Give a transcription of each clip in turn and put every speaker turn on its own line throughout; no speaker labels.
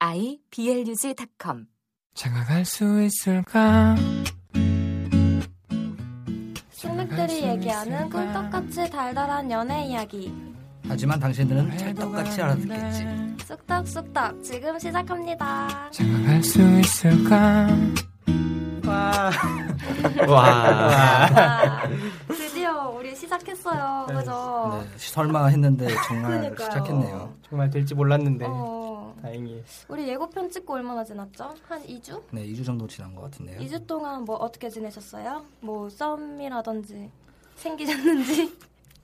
iblog.com
장가갈 수 있을까?
식맥들이 얘기하는 꿀떡같이 달달한 연애 이야기
하지만 당신들은 찰떡같이 알아듣겠지. 네,
쑥떡쑥떡 지금 시작합니다
장가갈 수 있을까?
와.
와.
와, 아, 드디어 우리 시작했어요 그죠?
네, 설마 했는데 정말
그러니까요.
시작했네요.
정말 될지 몰랐는데
어,
다행히
우리 예고편 찍고 얼마나 지났죠? 한 2주?
네, 2주 정도 지난 것 같은데요.
2주 동안 뭐 어떻게 지내셨어요? 뭐 썸이라든지 생기셨는지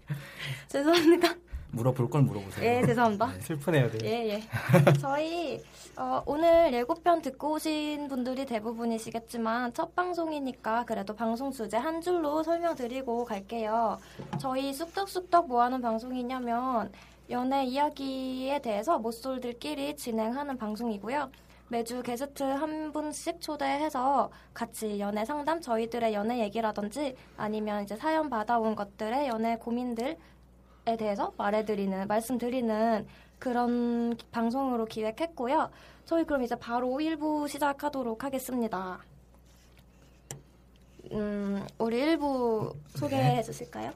죄송합니다
물어볼 걸 물어보세요.
예 죄송합니다
슬프네요. 되게.
예, 예. 저희 어, 오늘 예고편 듣고 오신 분들이 대부분이시겠지만 첫 방송이니까 그래도 방송 주제 한 줄로 설명드리고 갈게요. 저희 쑥덕쑥덕 뭐하는 방송이냐면 연애 이야기에 대해서 모쏠들끼리 진행하는 방송이고요. 매주 게스트 한 분씩 초대해서 같이 연애 상담, 저희들의 연애 얘기라든지 아니면 이제 사연 받아온 것들의 연애 고민들에 대해서 말해드리는, 말씀드리는 그런 기- 방송으로 기획했고요. 저희 그럼 이제 바로 1부 시작하도록 하겠습니다. 음, 우리 1부 소개해 주실까요?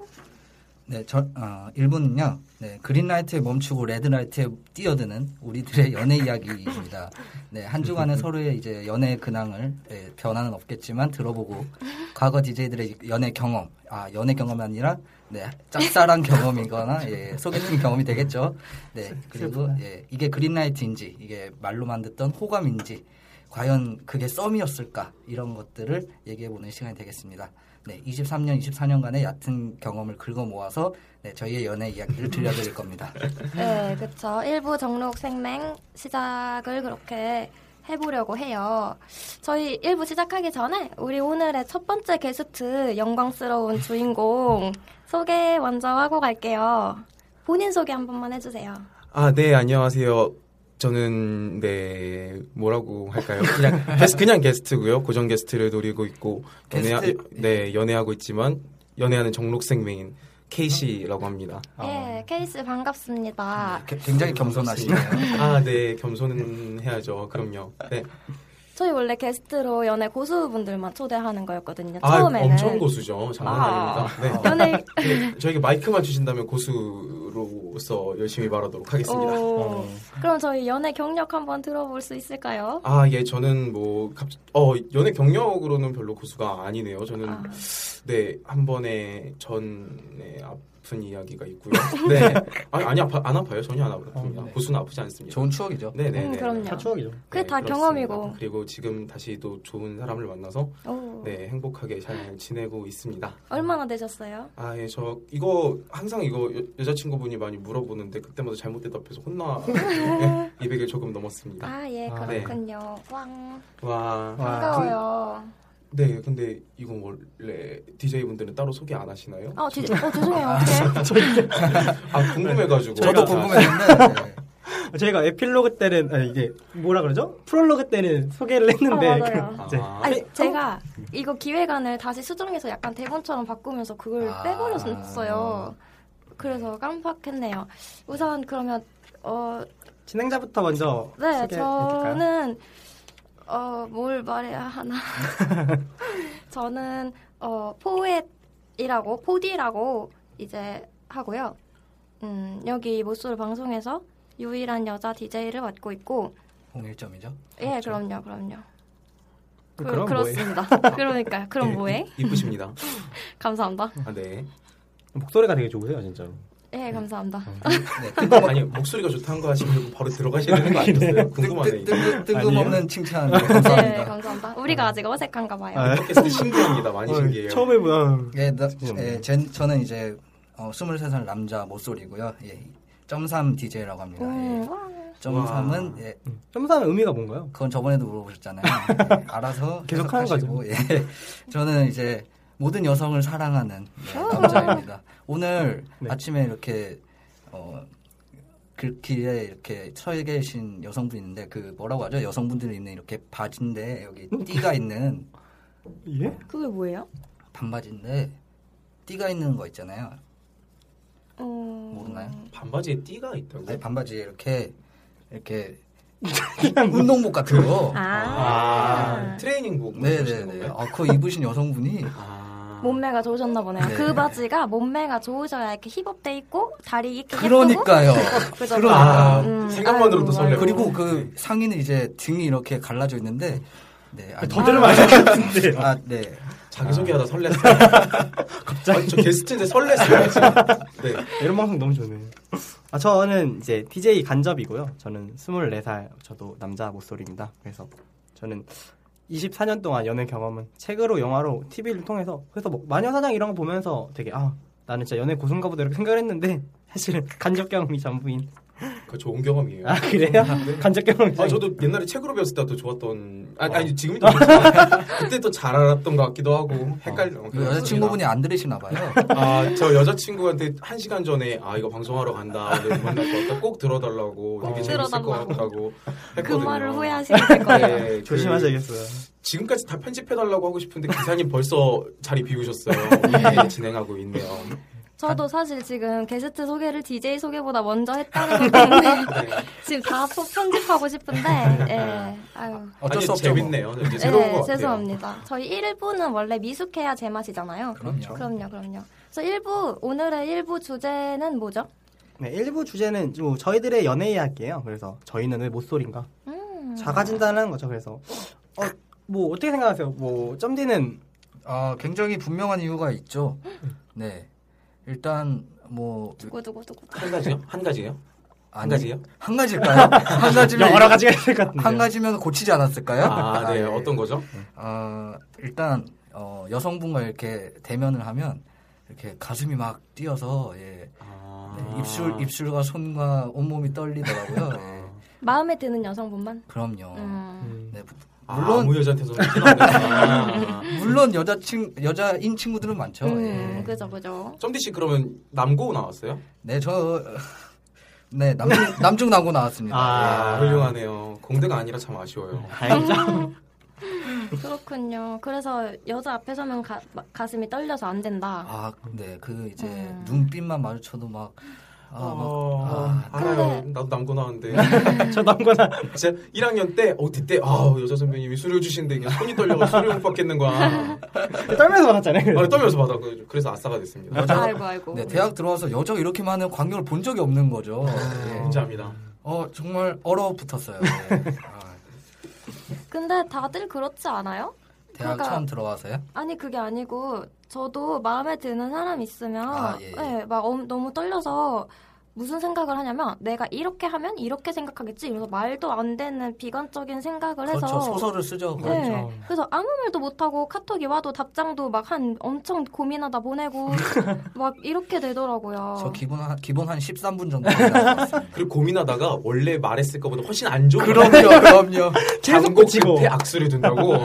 네, 저, 어, 1부는요, 네, 그린라이트에 멈추고 레드라이트에 뛰어드는 우리들의 연애 이야기입니다. 네, 한 주간의 서로의 이제 연애 근황을, 네, 변화는 없겠지만 들어보고, 과거 DJ들의 연애 경험, 아, 연애 경험이 아니라, 네, 짝사랑 경험이거나, 예, 소개팅 경험이 되겠죠. 네, 그리고, 예, 이게 그린라이트인지, 이게 말로만 듣던 호감인지, 과연 그게 썸이었을까, 이런 것들을 얘기해보는 시간이 되겠습니다. 네, 23년, 24년간의 얕은 경험을 긁어 모아서 네, 저희의 연애 이야기를 들려드릴 겁니다.
네, 그쵸. 1부 정록 생맹 시작을 그렇게 해보려고 해요. 저희 1부 시작하기 전에 우리 오늘의 첫 번째 게스트 영광스러운 주인공 소개 먼저 하고 갈게요. 본인 소개 한 번만 해주세요.
아, 네, 안녕하세요. 저는 네 뭐라고 할까요? 그냥 게스, 그냥 게스트고요. 고정 게스트를 노리고 있고 연애하
게스트?
네 연애하고 있지만 연애하는 정록생맹인 K 씨라고 합니다.
예, 케이스
네,
반갑습니다.
게- 굉장히 겸손하시네요.
아, 네 겸손은 해야죠. 그럼요. 네.
저희 원래 게스트로 연애 고수분들만 초대하는 거였거든요.
아,
처음에는
엄청 고수죠. 장난
아.
아닙니다.
연애
네. 네. 저에게 마이크만 주신다면 고수로서 열심히 말하도록 하겠습니다. 어.
오, 그럼 저희 연애 경력 한번 들어볼 수 있을까요?
아, 예, 저는 뭐, 갑, 어, 연애 경력으로는 별로 고수가 아니네요. 음, 저는,
아.
네, 한 번에 전에 아픈 이야기가 있고요. 네. 아니, 아니, 아파, 안 아파요. 전혀 안 아픕니다.
어, 네.
고수는 아프지 않습니다.
좋은 추억이죠.
네네네. 네,
음, 그럼요.
다 추억이죠.
그게 다 경험이고.
그리고 지금 다시 또 좋은 사람을 만나서,
오,
네, 행복하게 잘 지내고 있습니다.
얼마나 되셨어요?
아, 예, 저, 이거, 항상 이거 여, 여자친구분이 많이 물어보는데, 그때마다 잘못 대답해서 혼나, 네, 200일 조금 넘었습니다.
아, 예,
아,
네. 아,
그렇군요. 왕,
와.
반가워요.
네, 근데 이건 원래 DJ 분들은 따로 소개 안 하시나요?
아, 뒤, 어, 죄송해요. 어떻게?
아 궁금해가지고.
저도 궁금했는데 네.
저희가 에필로그 때는 아, 이게 뭐라 그러죠? 프롤로그 때는 소개를 했는데
아, 맞아요.
그럼 이제
아,
아니, 제가 이거 기획안을 다시 수정해서 약간 대본처럼 바꾸면서 그걸
아.
빼버렸어요. 그래서 깜빡했네요. 우선 그러면, 어,
진행자부터 먼저
네,
소개해드릴까요?
저는 어, 뭘 말해야 하나? 저는 어, 포엣이라고 포디라고 이제 하고요. 음, 여기 모쏠 방송에서 유일한 여자 DJ를 맡고 있고
공일점이죠.
예, 그럼요, 그럼요. 그,
그럼
렇습니다 그러니까
네.
그럼 뭐해?
이- 이쁘십니다.
감사합니다.
아, 네.
목소리가 되게 좋으세요, 진짜로.
예, 감사합니다.
네,
아니 목소리가 좋다는 거 하시면 바로 들어가셔야 되는 거 아니었어요? 궁금하네. 이거.
뜬금, 뜬금없는 칭찬 네, 감사합니다.
예, 감사합니다. 우리가 아직 어색한가 봐요.
아,
팟캐스트 신기합니다.
어,
많이 신기해요.
어, 처음 해보는
예, 나, 예, 젠- 저는 이제 어, 23살 남자 모쏠이고요. 예, 점삼 DJ라고 합니다.
음,
예.
와.
점삼은 예,
점삼의 의미가 뭔가요?
그건 저번에도 물어보셨잖아요. 네, 알아서
계속
계속
하는
하시고 예. 저는 이제 모든 여성을 사랑하는 네, 남자입니다. 오늘
네.
아침에 이렇게 어, 글귀에 이렇게 서 계신 여성분 있는데 그 뭐라고 하죠? 여성분들이 입는 이렇게 바지인데 여기 띠가 있는
예?
그게 뭐예요?
반바지인데 띠가 있는 거 있잖아요.
어...
모르나요?
반바지에 띠가 있다고?
아니, 반바지에 이렇게 이렇게 운동복 같은 거.
아,
아, 트레이닝복 말씀하시는
네네네.
건가요?
아, 그거 입으신 여성분이
아.
몸매가 좋으셨나 보네요.
네.
그 바지가 몸매가 좋으셔야 이렇게 힙업돼 있고 다리 이렇게 예쁘고
그러니까요.
그죠?
아,
음,
생각만으로도
아이고,
설레고.
그리고 그 상의는 이제 등이 이렇게 갈라져 있는데 네. 아니,
더들을 많이 하셨는데
아, 네.
자기소개하다 설렜어요. 갑자기. 저 게스트인데 설렜어요. 지금. 네.
이런 방송 너무 좋네. 아, 저는 이제 DJ 간접이고요. 저는 24살, 저도 남자 목소리입니다. 그래서 저는 24년 동안 연애 경험은 책으로, 영화로, TV를 통해서 그래서 뭐 마녀사장 이런 거 보면서 되게 아 나는 진짜 연애 고수인가 보다 이렇게 생각을 했는데 사실은 간접 경험이 전부인
그 좋은 경험이에요.
아 그래요?
네.
간접 경험이
아, 저도 옛날에 책으로 배웠을 때도 좋았던 아니, 아니 지금도 그렇지만 그때 또 잘 알았던 것 같기도 하고 헷갈려.
그 여자친구분이 안 들으시나 봐요.
아저 여자친구한테 한 시간 전에 아 이거 방송하러 간다 오늘 만날 것 같다 꼭 들어달라고 되게 재밌을 것
들어달라고.
같다고
그
했거든요.
말을 후회하시게 될 거예요.
네, 그
조심하셔야겠어요.
지금까지 다 편집해달라고 하고 싶은데 기사님 벌써 자리 비우셨어요. 네, 진행하고 있네요.
저도 사실 지금 게스트 소개를 DJ 소개보다 먼저 했다는 것 때문에
네.
지금 다 포- 편집하고 싶은데 예. 아유.
어쩔
아니,
수 없죠. 뭐.
재밌네요. 이제 새로운
예,
것 같아요.
죄송합니다. 저희 1부는 원래 미숙해야 제맛이잖아요.
그럼요.
그럼요, 그럼요. 그래서 1부 오늘의 1부 주제는 뭐죠?
네, 일부 주제는 뭐 저희들의 연애 이야기예요. 그래서 저희는 왜 못소린가?
음.
작아진다는 거죠. 그래서 어, 뭐 어떻게 생각하세요? 뭐 점디는
아, 굉장히 분명한 이유가 있죠. 네. 일단 뭐
두고두고 두고.
한 가지요? 한 가지요? 한
아니,
가지요?
한 가지일까요? 한 가지면
여러 가지가 있을 것 같은데.
한 가지면 고치지 않았을까요?
아, 네.
예.
어떤 거죠?
아, 일단 어, 여성분과 이렇게 대면을 하면 이렇게 가슴이 막 뛰어서 예.
아.
네, 입술 입술과 손과 온몸이 떨리더라고요. 예.
마음에 드는 여성분만.
어,
그럼요.
음.
네,
물론
물론-
아무 여자한테서 아.
물론 여자친 여자인 친구들은 많죠.
음,
예.
그죠, 그죠.
점디 씨 그러면 남고 나왔어요?
네, 저 네, 남중 남중 남고 나왔습니다.
아, 훌륭하네요. 공대가 아니라 참 아쉬워요.
그렇군요. 그래서 여자 앞에 서면 가, 마- 가슴이 떨려서 안 된다.
아, 네, 그 이제
음. 어.
눈빛만 마주쳐도 막 아, 막
아, 알아요.
근데-
나도 남고 나왔는데.
저 남거나
진짜 1학년 때 어디 때 아, 여자 선배님이 수료 주시는데 그냥 손이 떨려서 수료 못 받겠는 거야.
떨면서 받았잖아요. 그래서.
아, 떨면서 받아. 그래서 아싸가 됐습니다.
아이고, 아이고.
네, 대학 들어와서 여자 이렇게 많은 광경을 본 적이 없는 거죠.
아.
예.
네, 감사합니다.
어, 정말 얼어붙었어요. 예. 아,
근데 다들 그렇지 않아요?
대학
그러니까-
처음 들어와서요?
아니 그게 아니고 저도 마음에 드는 사람 있으면
아, 예, 예.
예, 막 엄- 너무 떨려서 무슨 생각을 하냐면 내가 이렇게 하면 이렇게 생각하겠지 이러면서 말도 안 되는 비관적인 생각을
그렇죠.
해서
소설을 쓰죠.
예,
그렇죠.
그래서 아무 말도 못하고 카톡이 와도 답장도 막 한 엄청 고민하다 보내고 막 이렇게 되더라고요.
저 기본 한, 기본 한 13분 정도 지났습니다.
그리고 고민하다가 원래 말했을 것보다 훨씬 안 좋은
그럼요, 그럼요.
계속
장고
고치고.
끝에 악수를 둔다고.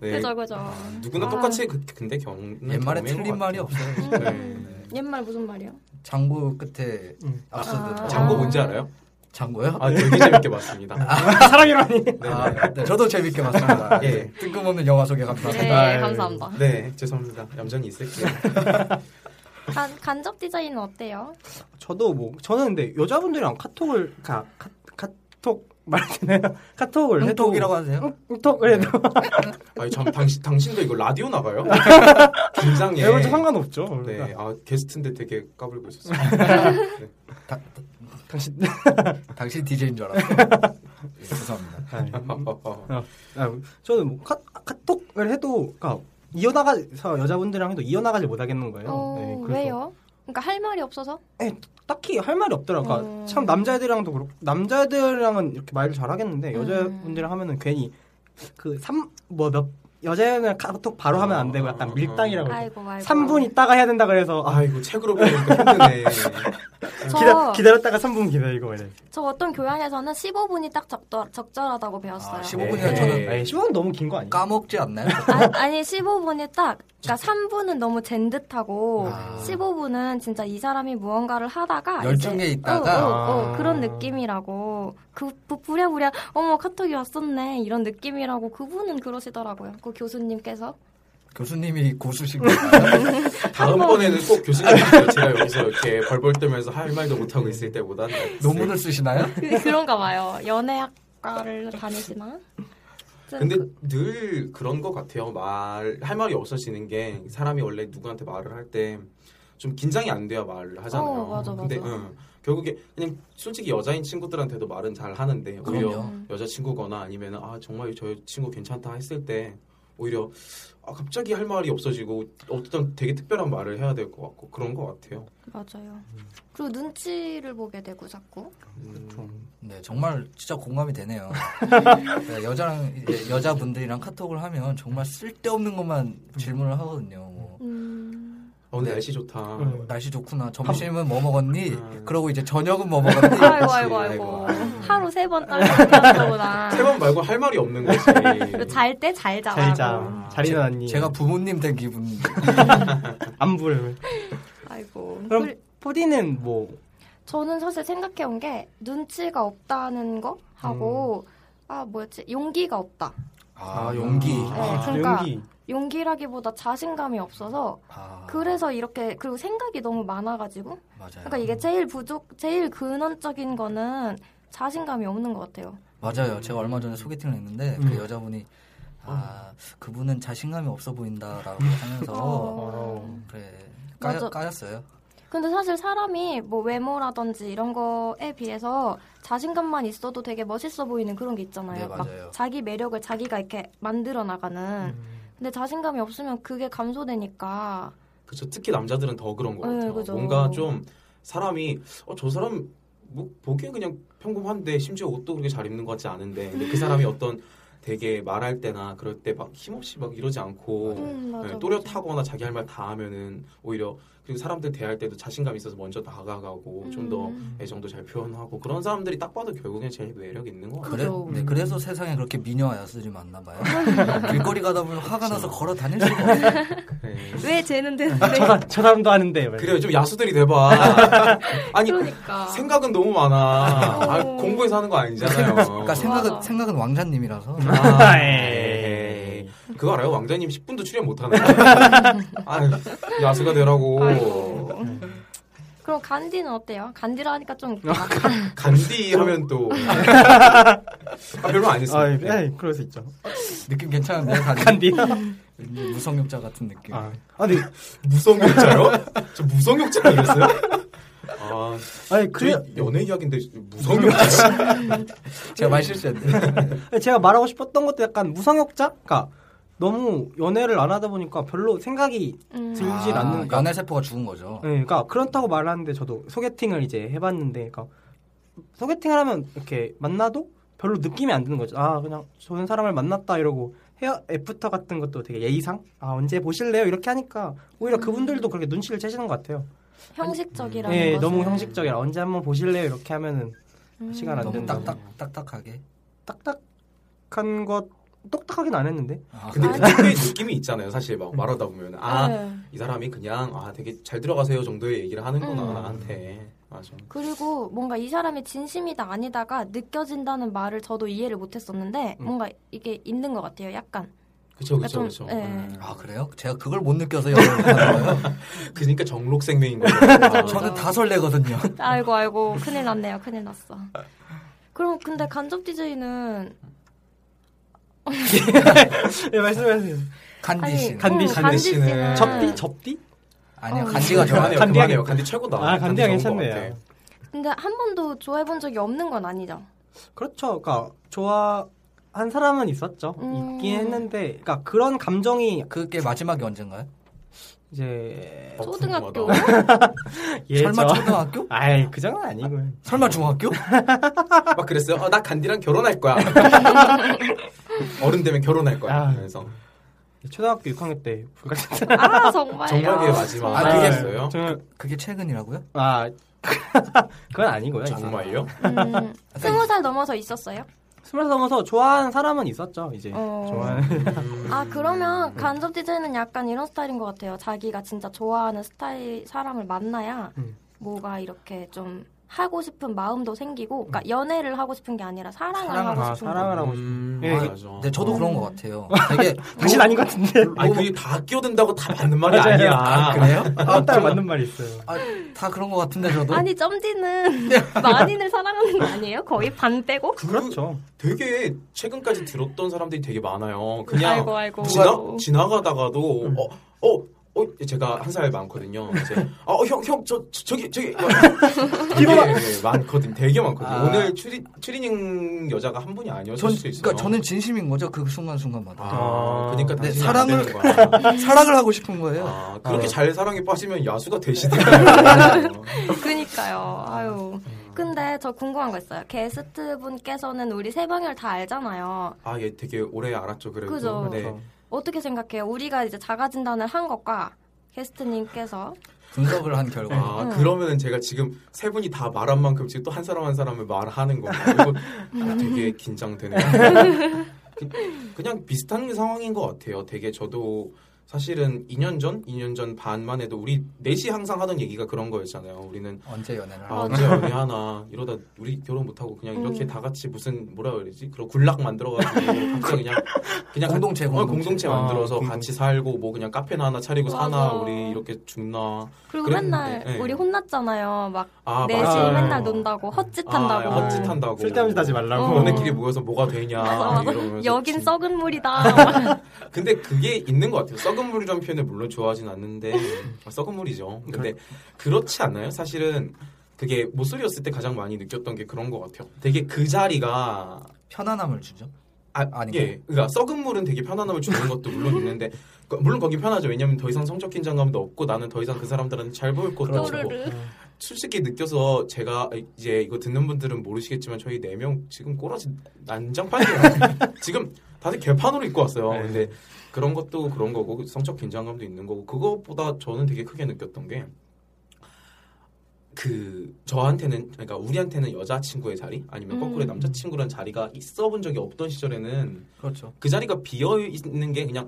네.
그죠 그죠.
누구나
아.
똑같이 그- 근데 경험
옛말에 틀린 말이 없어요.
네.
음, 옛말 무슨 말이요?
장고 끝에 앞서도
아.
장고 뭔지 알아요?
장고요?
아 되게 재밌게 봤습니다.
사람이라니.
네.
아, 네, 저도 재밌게 봤습니다.
예.
네, 뜬금없는 영화 소개
네
감사합니다. 예.
아유.
감사합니다.
네, 죄송합니다. 얌전히 있을게요.
간, 간접 디자인은 어때요?
저도 뭐 저는 근데 여자분들이랑 카톡을 카, 카 카톡 말되나요 카톡을 해도- 음,
흠톡이라고 하세요?
톡 그래도
아니 참 당신 당신도 이거 라디오 나가요?
네,
긴장해.
이건 좀 상관없죠.
네, 아 게스트인데 되게 까불고 있었어요. 네.
다-
당신
당신 DJ인 줄 알았어요. 예, 죄송합니다.
그러니까.
네.
아, 저는 뭐 카, 카톡을 해도 그러니까 이어나가서 여자분들이랑 해도 이어나가지 못하겠는 거예요.
어,
네, 그래서
왜요? 그러니까 할 말이 없어서?
딱히 할 말이 없더라고. 그러니까
음.
참 남자애들이랑도 그렇고
음.
남자애들이랑은 이렇게 말을 잘 하겠는데 여자분들이랑 하면은 괜히 그 삼 뭐 몇 여자는 카톡 바로 하면 안 되고 약간 밀당이라고. 해요.
아이고 아이고.
네. 3분 있다가 해야 된다 그래서 아,
아이고 책으로 보니까 힘드네.
저,
기다, 렸다가 3분 기다리고 이래.
저 어떤 교양에서는 15분이 딱 적절, 적절하다고 배웠어요.
아, 15분이면
네.
저는
아니, 15분 너무 긴 거 아니에요?
까먹지 않나요?
아니, 아니 15분이 딱 그러니까 3분은 너무 젠듯하고
아.
15분은 진짜 이 사람이 무언가를 하다가
열중에
이제
있다가?
어, 어, 어,
아.
그런 느낌이라고 그 부- 부랴부랴 어머 카톡이 왔었네 이런 느낌이라고 그분은 그러시더라고요 그 교수님께서
교수님이 고수신가요?
다음번에는 꼭 교수님 주세요. 제가 여기서 이렇게 벌벌 떨면서 할 말도 못하고 있을 네. 때보다
네. 논문을 쓰시나요?
그- 그런가 봐요 연애학과를 다니시나
근데 늘 그런 것 같아요. 말, 할 말이 없어지는 게 사람이 원래 누구한테 말을 할 때 좀 긴장이 안 돼야 말을 하잖아요.
어, 맞아, 맞아.
근데 응, 결국에 그냥 솔직히 여자인 친구들한테도 말은 잘 하는데
음,
오히려
그럼요.
여자친구거나 아니면 아, 정말 저 친구 괜찮다 했을 때 오히려 아, 갑자기 할 말이 없어지고 어떤 되게 특별한 말을 해야 될 것 같고 그런 것 같아요.
맞아요 그리고 눈치를 보게 되고 자꾸
음,
네, 정말 진짜 공감이 되네요. 네, 여자랑 이제 여자분들이랑 카톡을 하면 정말 쓸데없는 것만 질문을 하거든요. 뭐,
음...
아, 오늘
네.
날씨 좋다.
응.
날씨 좋구나. 점심은 뭐 먹었니?
음.
아.
그러고 이제 저녁은 뭐 먹었니?
아이고 아이고 아이고 하루 세 번 딸려보나
세 번 말고 할 말이 없는 거지.
그리고 잘 때 잘 자라고
잘
아,
자. 잘 일어났니?
제가 부모님 된 기분.
안부를.
아이고
그럼 포디는 뭐
저는 사실 생각해 온 게 눈치가 없다는 거 하고 아 뭐였지 용기가 없다
아,
아,
용기.
네,
아,
그러니까
용기.
용기라기보다 자신감이 없어서
아,
그래서 이렇게 그리고 생각이 너무 많아가지고
맞아요.
그러니까 이게 제일 부족 제일 근원적인 거는 자신감이 없는 것 같아요
맞아요. 제가 얼마 전에 소개팅을 했는데 그
음. 어.
여자분이 아, 그분은 자신감이 없어 보인다라고 하면서
어.
그래.
맞아.
까였, 까였어요.
근데 사실 사람이 뭐 외모라든지 이런 거에 비해서 자신감만 있어도 되게 멋있어 보이는 그런 게 있잖아요.
네,
막
맞아요.
자기 매력을 자기가 이렇게 만들어 나가는.
음.
근데 자신감이 없으면 그게 감소되니까.
그렇죠. 특히 남자들은 더 그런 것
네,
같아요.
그죠.
뭔가 좀 사람이 어, 저 사람 뭐 보기엔 그냥 평범한데 심지어 옷도 그렇게 잘 입는 것 같지 않은데 근데 그 사람이 어떤 되게 말할 때나 그럴 때 막 힘없이 막 이러지 않고
음, 맞아,
네, 또렷하거나 자기 할 말 다 하면은 오히려 그리고 사람들 대할 때도 자신감 있어서 먼저 나가가고 좀 더
음.
애정도 잘 표현하고 그런 사람들이 딱 봐도 결국엔 제일 매력 있는 것 같아요.
그래,
그죠.
네, 그래서 세상에 그렇게 미녀 야수들이 많나 봐요. 길거리 가다 보면 화가 나서
그렇죠.
걸어 다닐 수가 없어요.
네.
왜 쟤는 되는데?
저, 사- 아, 저 사람도 하는데. 아,
그래요. 좀 야수들이 돼봐. 아니
그러니까. 어.
생각은 너무 많아. 아,
오.
공부해서 하는 거 아니잖아요.
그러니까
맞아.
생각은, 네. 생각은 왕자님이라서.
음.
아,
에이.
에이. 그거 알아요? 왕자님 10분도 출연 못하는 아유, 야수가 되라고.
아이고. 그럼 간디는 어때요? 간디라 하니까 좀 웃기다.
아.
간디 하면 또. 아, 별로 안
아,
했어요.
예,
네. 음.
예, 그럴 수 있죠.
느낌 괜찮은데? 다들
간디.
무성욕자 같은 느낌.
아, 아니,
무성욕자요? 저 무성욕자라 그랬어요? 아,
아니
그
그래
연애 이야기인데 무성욕자.
제가 말 실수했네.
제가 말하고 싶었던 것도 약간 무성욕자? 그러니까 너무 연애를 안 하다 보니까 별로 생각이
음.
들질
아,
않는
연애 세포가 죽은 거죠.
네, 그러니까 그렇다고 말하는데 저도 소개팅을 이제 해봤는데 그러니까 소개팅을 하면 이렇게 만나도 별로 느낌이 안 드는 거죠. 아 그냥 좋은 사람을 만났다 이러고 헤어 애프터 같은 것도 되게 예의상 아 언제 보실래요 이렇게 하니까 오히려 그분들도 그렇게 눈치를 채시는 것 같아요.
형식적이라는
네,
것은.
너무 형식적이라 언제 한번 보실래요 이렇게 하면은
음.
시간 안
너무
된다.
딱딱, 딱딱하게.
딱딱한 것 똑딱하긴 안 했는데
아,
근데
아니.
그게 느낌이 있잖아요. 사실 막 말하다 보면. 아,
네.
이 사람이 그냥 아 되게 잘 들어가세요 정도의 얘기를 하는구나
음.
나한테. 맞아.
그리고 뭔가 이 사람이 진심이다 아니다가 느껴진다는 말을 저도 이해를 못했었는데
음.
뭔가 이게 있는 것 같아요. 약간
그쵸
좀,
그쵸 그쵸.
네.
음.
아, 그래요? 제가 그걸 못 느껴서 연애를 하는 거예요.
그러니까 정록생명인 거예요.
저는 다 설레거든요.
아이고 아이고 큰일 났네요. 큰일 났어. 그럼 근데 간접 DJ는
예 말씀하세요.
간디 씨.
아니
간디
어,
씨.
간디 씨는
네.
접디 접디?
아니요,
어.
간디가 좋아요.
그만해요.
간디하게-
그만해요. 간디 최고다.
아 간디가
간디 좋은 것
괜찮네요.
같아.
근데 한 번도 좋아해 본 적이 없는 건 아니죠.
그렇죠. 그러니까 좋아한 사람은 있었죠.
음.
있긴 했는데, 그러니까 그런 감정이
그게 마지막이 언젠가요?
이제
어,
초등학교
궁금하다.
예,
설마
저-
초등학교?
아이 그 정도는 아니고요.
설마 중학교?
막 그랬어요. 어, 나 간디랑 결혼할 거야. 어른 되면 결혼할 거야.
아.
그래서
초등학교 6학년 때 불같은
아 정말요.
정말이에요 마지막
정말.
아, 그게-
아니겠어요?
저는
그게 최근이라고요?
아 그건 아니고요. 이제.
정말요?
음, 스무 살 넘어서 있었어요.
스물 넘어서 좋아하는 사람은 있었죠. 이제
어.
예, 좋아하는
아 그러면 간접 디자인은 약간 이런 스타일인 것 같아요. 자기가 진짜 좋아하는 스타일 사람을 만나야
음.
뭐가 이렇게 좀 하고 싶은 마음도 생기고, 그러니까 연애를 하고 싶은 게 아니라 사랑을
사랑을,
하고
아,
싶은
사랑을
거.
하고
음,
예.
맞아.
네, 저도
어.
그런 것 같아요. 되게
당신 아닌 것 같은데.
아니 그게 다 끼어든다고 다 맞는 말이
맞아요.
아니야.
아,
그래요?
아, 딱 맞는 말이 있어요.
아, 다 그런 것 같은데 저도.
아니 점지는 만인을 사랑하는 거 아니에요? 거의 반 빼고?
그-
그렇죠.
되게 최근까지 들었던 사람들이 되게 많아요. 그냥
알고 알고.
지나, 지나가다가도
음.
어, 어, 어, 제가 한 살 많거든요. 이제 아, 어, 형, 형, 저, 저 저기, 저기 되게 많거든, 되게 많거든.
아.
요 오늘 추리 추리닝 여자가 한 분이 아니었을
전,
수도 있어요.
그러니까 저는 진심인 거죠. 그 순간순간마다.
아, 그러니까
네,
당신이
사랑을-
안 되는 거야.
사랑을 하고 싶은 거예요.
아, 그렇게
아.
잘 사랑에 빠지면 야수가 되시더라고요.
그니까요. 아유.
음.
근데 저 궁금한 거 있어요. 게스트 분께서는 우리 세방열 다 알잖아요.
아, 얘 되게 오래 알았죠, 그래도.
그죠.
네.
어떻게 생각해요? 우리가 이제 자가 진단을 한 것과 게스트님께서
분석을 한 결과.
아,
음.
그러면은 제가 지금 세 분이 다 말한 만큼 지금 또 한 사람 한 사람을 말하는 거고 아, 되게 긴장되네요. 그- 그냥 비슷한 상황인 것 같아요. 되게 저도 사실은 2년 전, 2년 전 반만 해도 우리 넷이 항상 하던 얘기가 그런 거였잖아요. 우리는
언제 연애를
아,
하고.
언제 연애하나 이러다 우리 결혼 못하고 그냥 이렇게
음.
다 같이 무슨 뭐라 그러지? 그런 굴락 만들어가지고 항상 그냥 그냥
공동체,
어,
공동체.
공동체
아,
만들어서
공동체.
같이 살고 뭐 그냥 카페나 하나 차리고 사나
맞아.
우리 이렇게 죽나
그리고
그랬는데,
맨날
네.
우리 혼났잖아요. 막
아,
넷이
맞아요.
네, 맨날 논다고 헛짓한다고.
아, 헛짓한다고.
쓸데없는 짓 하지
어.
말라고.
너네끼리 모여서 뭐가 되냐
맞아, 맞아.
이러면서 아,
여긴
진-
썩은 물이다.
근데 그게 있는 것 같아요 썩은 물이라는 표현을 물론 좋아하진 않는데 아, 썩은 물이죠 근데 그렇지 않나요 사실은 그게 모쏠이었을 때 가장 많이 느꼈던 게 그런 것 같아요 되게 그 자리가
편안함을 주죠.
아,
아닌가요?
예. 그러니까 썩은 물은 되게 편안함을 주는 것도 물론 있는데 그- 물론 거기 편하죠 왜냐면 더 이상 성적 긴장감도 없고 나는 더 이상 그 사람들한테 잘 보일 것도 없고
또르르.
솔직히 느껴서 제가 이제 이거 듣는 분들은 모르시겠지만 저희 네 명 지금 꼬라지 난장판이에요. 지금 다들 개판으로 입고 왔어요.
네.
근데 그런 것도 그런 거고 성적 긴장감도 있는 거고 그것보다 저는 되게 크게 느꼈던 게 그 저한테는 그러니까 우리한테는 여자친구의 자리 아니면 거꾸로
음.
남자친구란 자리가 있어 본 적이 없던 시절에는
그렇죠.
그 자리가 비어 있는 게 그냥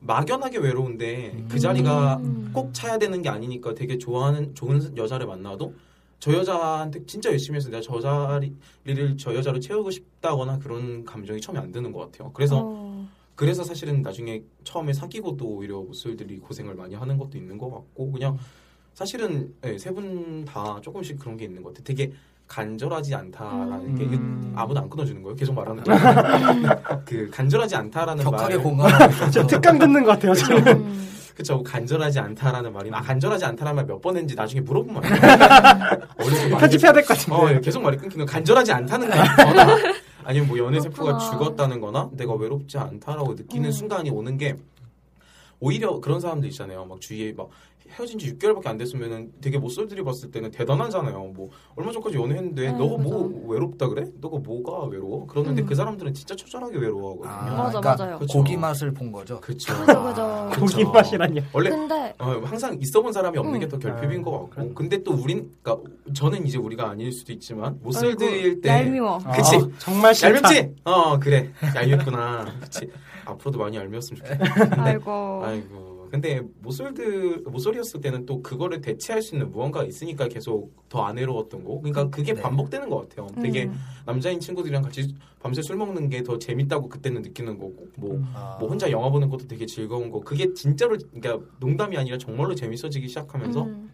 막연하게 외로운데 그 자리가
음.
꼭 차야 되는 게 아니니까 되게 좋아하는 좋은 여자를 만나도 저 여자한테 진짜 열심히 해서 내가 저 자리를 저 여자로 채우고 싶다거나 그런 감정이 처음에 안 드는 것 같아요. 그래서
어.
그래서 사실은 나중에 처음에 사귀고도 오히려 모쏠들이 고생을 많이 하는 것도 있는 것 같고 그냥 사실은 예, 세 분 다 조금씩 그런 게 있는 것 같아요. 되게 간절하지 않다라는 게 이게
음.
아무도 안 끊어주는 거예요. 계속 말하는 거예요. 그 간절하지 않다라는
격하게
말.
공감하고 있죠.
특강 듣는 것 같아요. 저는.
음.
그쵸 간절하지 않다라는 말이 아 간절하지 않다라는 말 몇 번 했는지 나중에 물어보면 안 돼요. 어디서 많이
편집해야 될 것
어,
같은데.
예, 계속 말이 끊기는 거. 간절하지 않다는 어, 거나 아니면 뭐 연애 세포가
그렇구나.
죽었다는 거나 내가 외롭지 않다라고 느끼는
음.
순간이 오는 게 오히려 그런 사람들 있잖아요. 막 주위에 막 헤어진 지 6개월밖에 안 됐으면은 되게 못쏠들이 봤을 때는 대단하잖아요. 뭐 얼마 전까지
네,
연애했는데 너가
맞아.
뭐 외롭다 그래? 너가 뭐가 외로워? 그러는데
음.
그 사람들은 진짜 처절하게 외로워하거든요.
아,
맞아,
그러니까
맞아요. 그렇죠.
고기 맛을 본 거죠.
그쵸.
그죠, 그죠.
그쵸.
고기 맛이라뇨.
원래
근데
어, 항상 있어본 사람이 없는
음.
게 더 결핍인
아,
것 같고
그래.
근데 또 우린 그러니까 저는 이제 우리가 아닐 수도 있지만
아이고,
네.
못쓸들일 때
얄미워.
그치.
아, 정말 싫다.
얄밉지? 어 그래 얄밉구나 그치 앞으로도 많이 얄미웠으면 좋겠다
아이고.
아이고 근데 모쏠드 모쏠이었을 때는 또 그거를 대체할 수 있는 무언가가 있으니까 계속 더 안 외로웠던 거 그러니까 그게
네.
반복되는 것 같아요
음.
되게 남자인 친구들이랑 같이 밤새 술 먹는 게 더 재밌다고 그때는 느끼는 거고 뭐
아,
뭐 혼자 영화 보는 것도 되게 즐거운 거 그게 진짜로 그러니까 농담이 아니라 정말로 재밌어지기 시작하면서
음.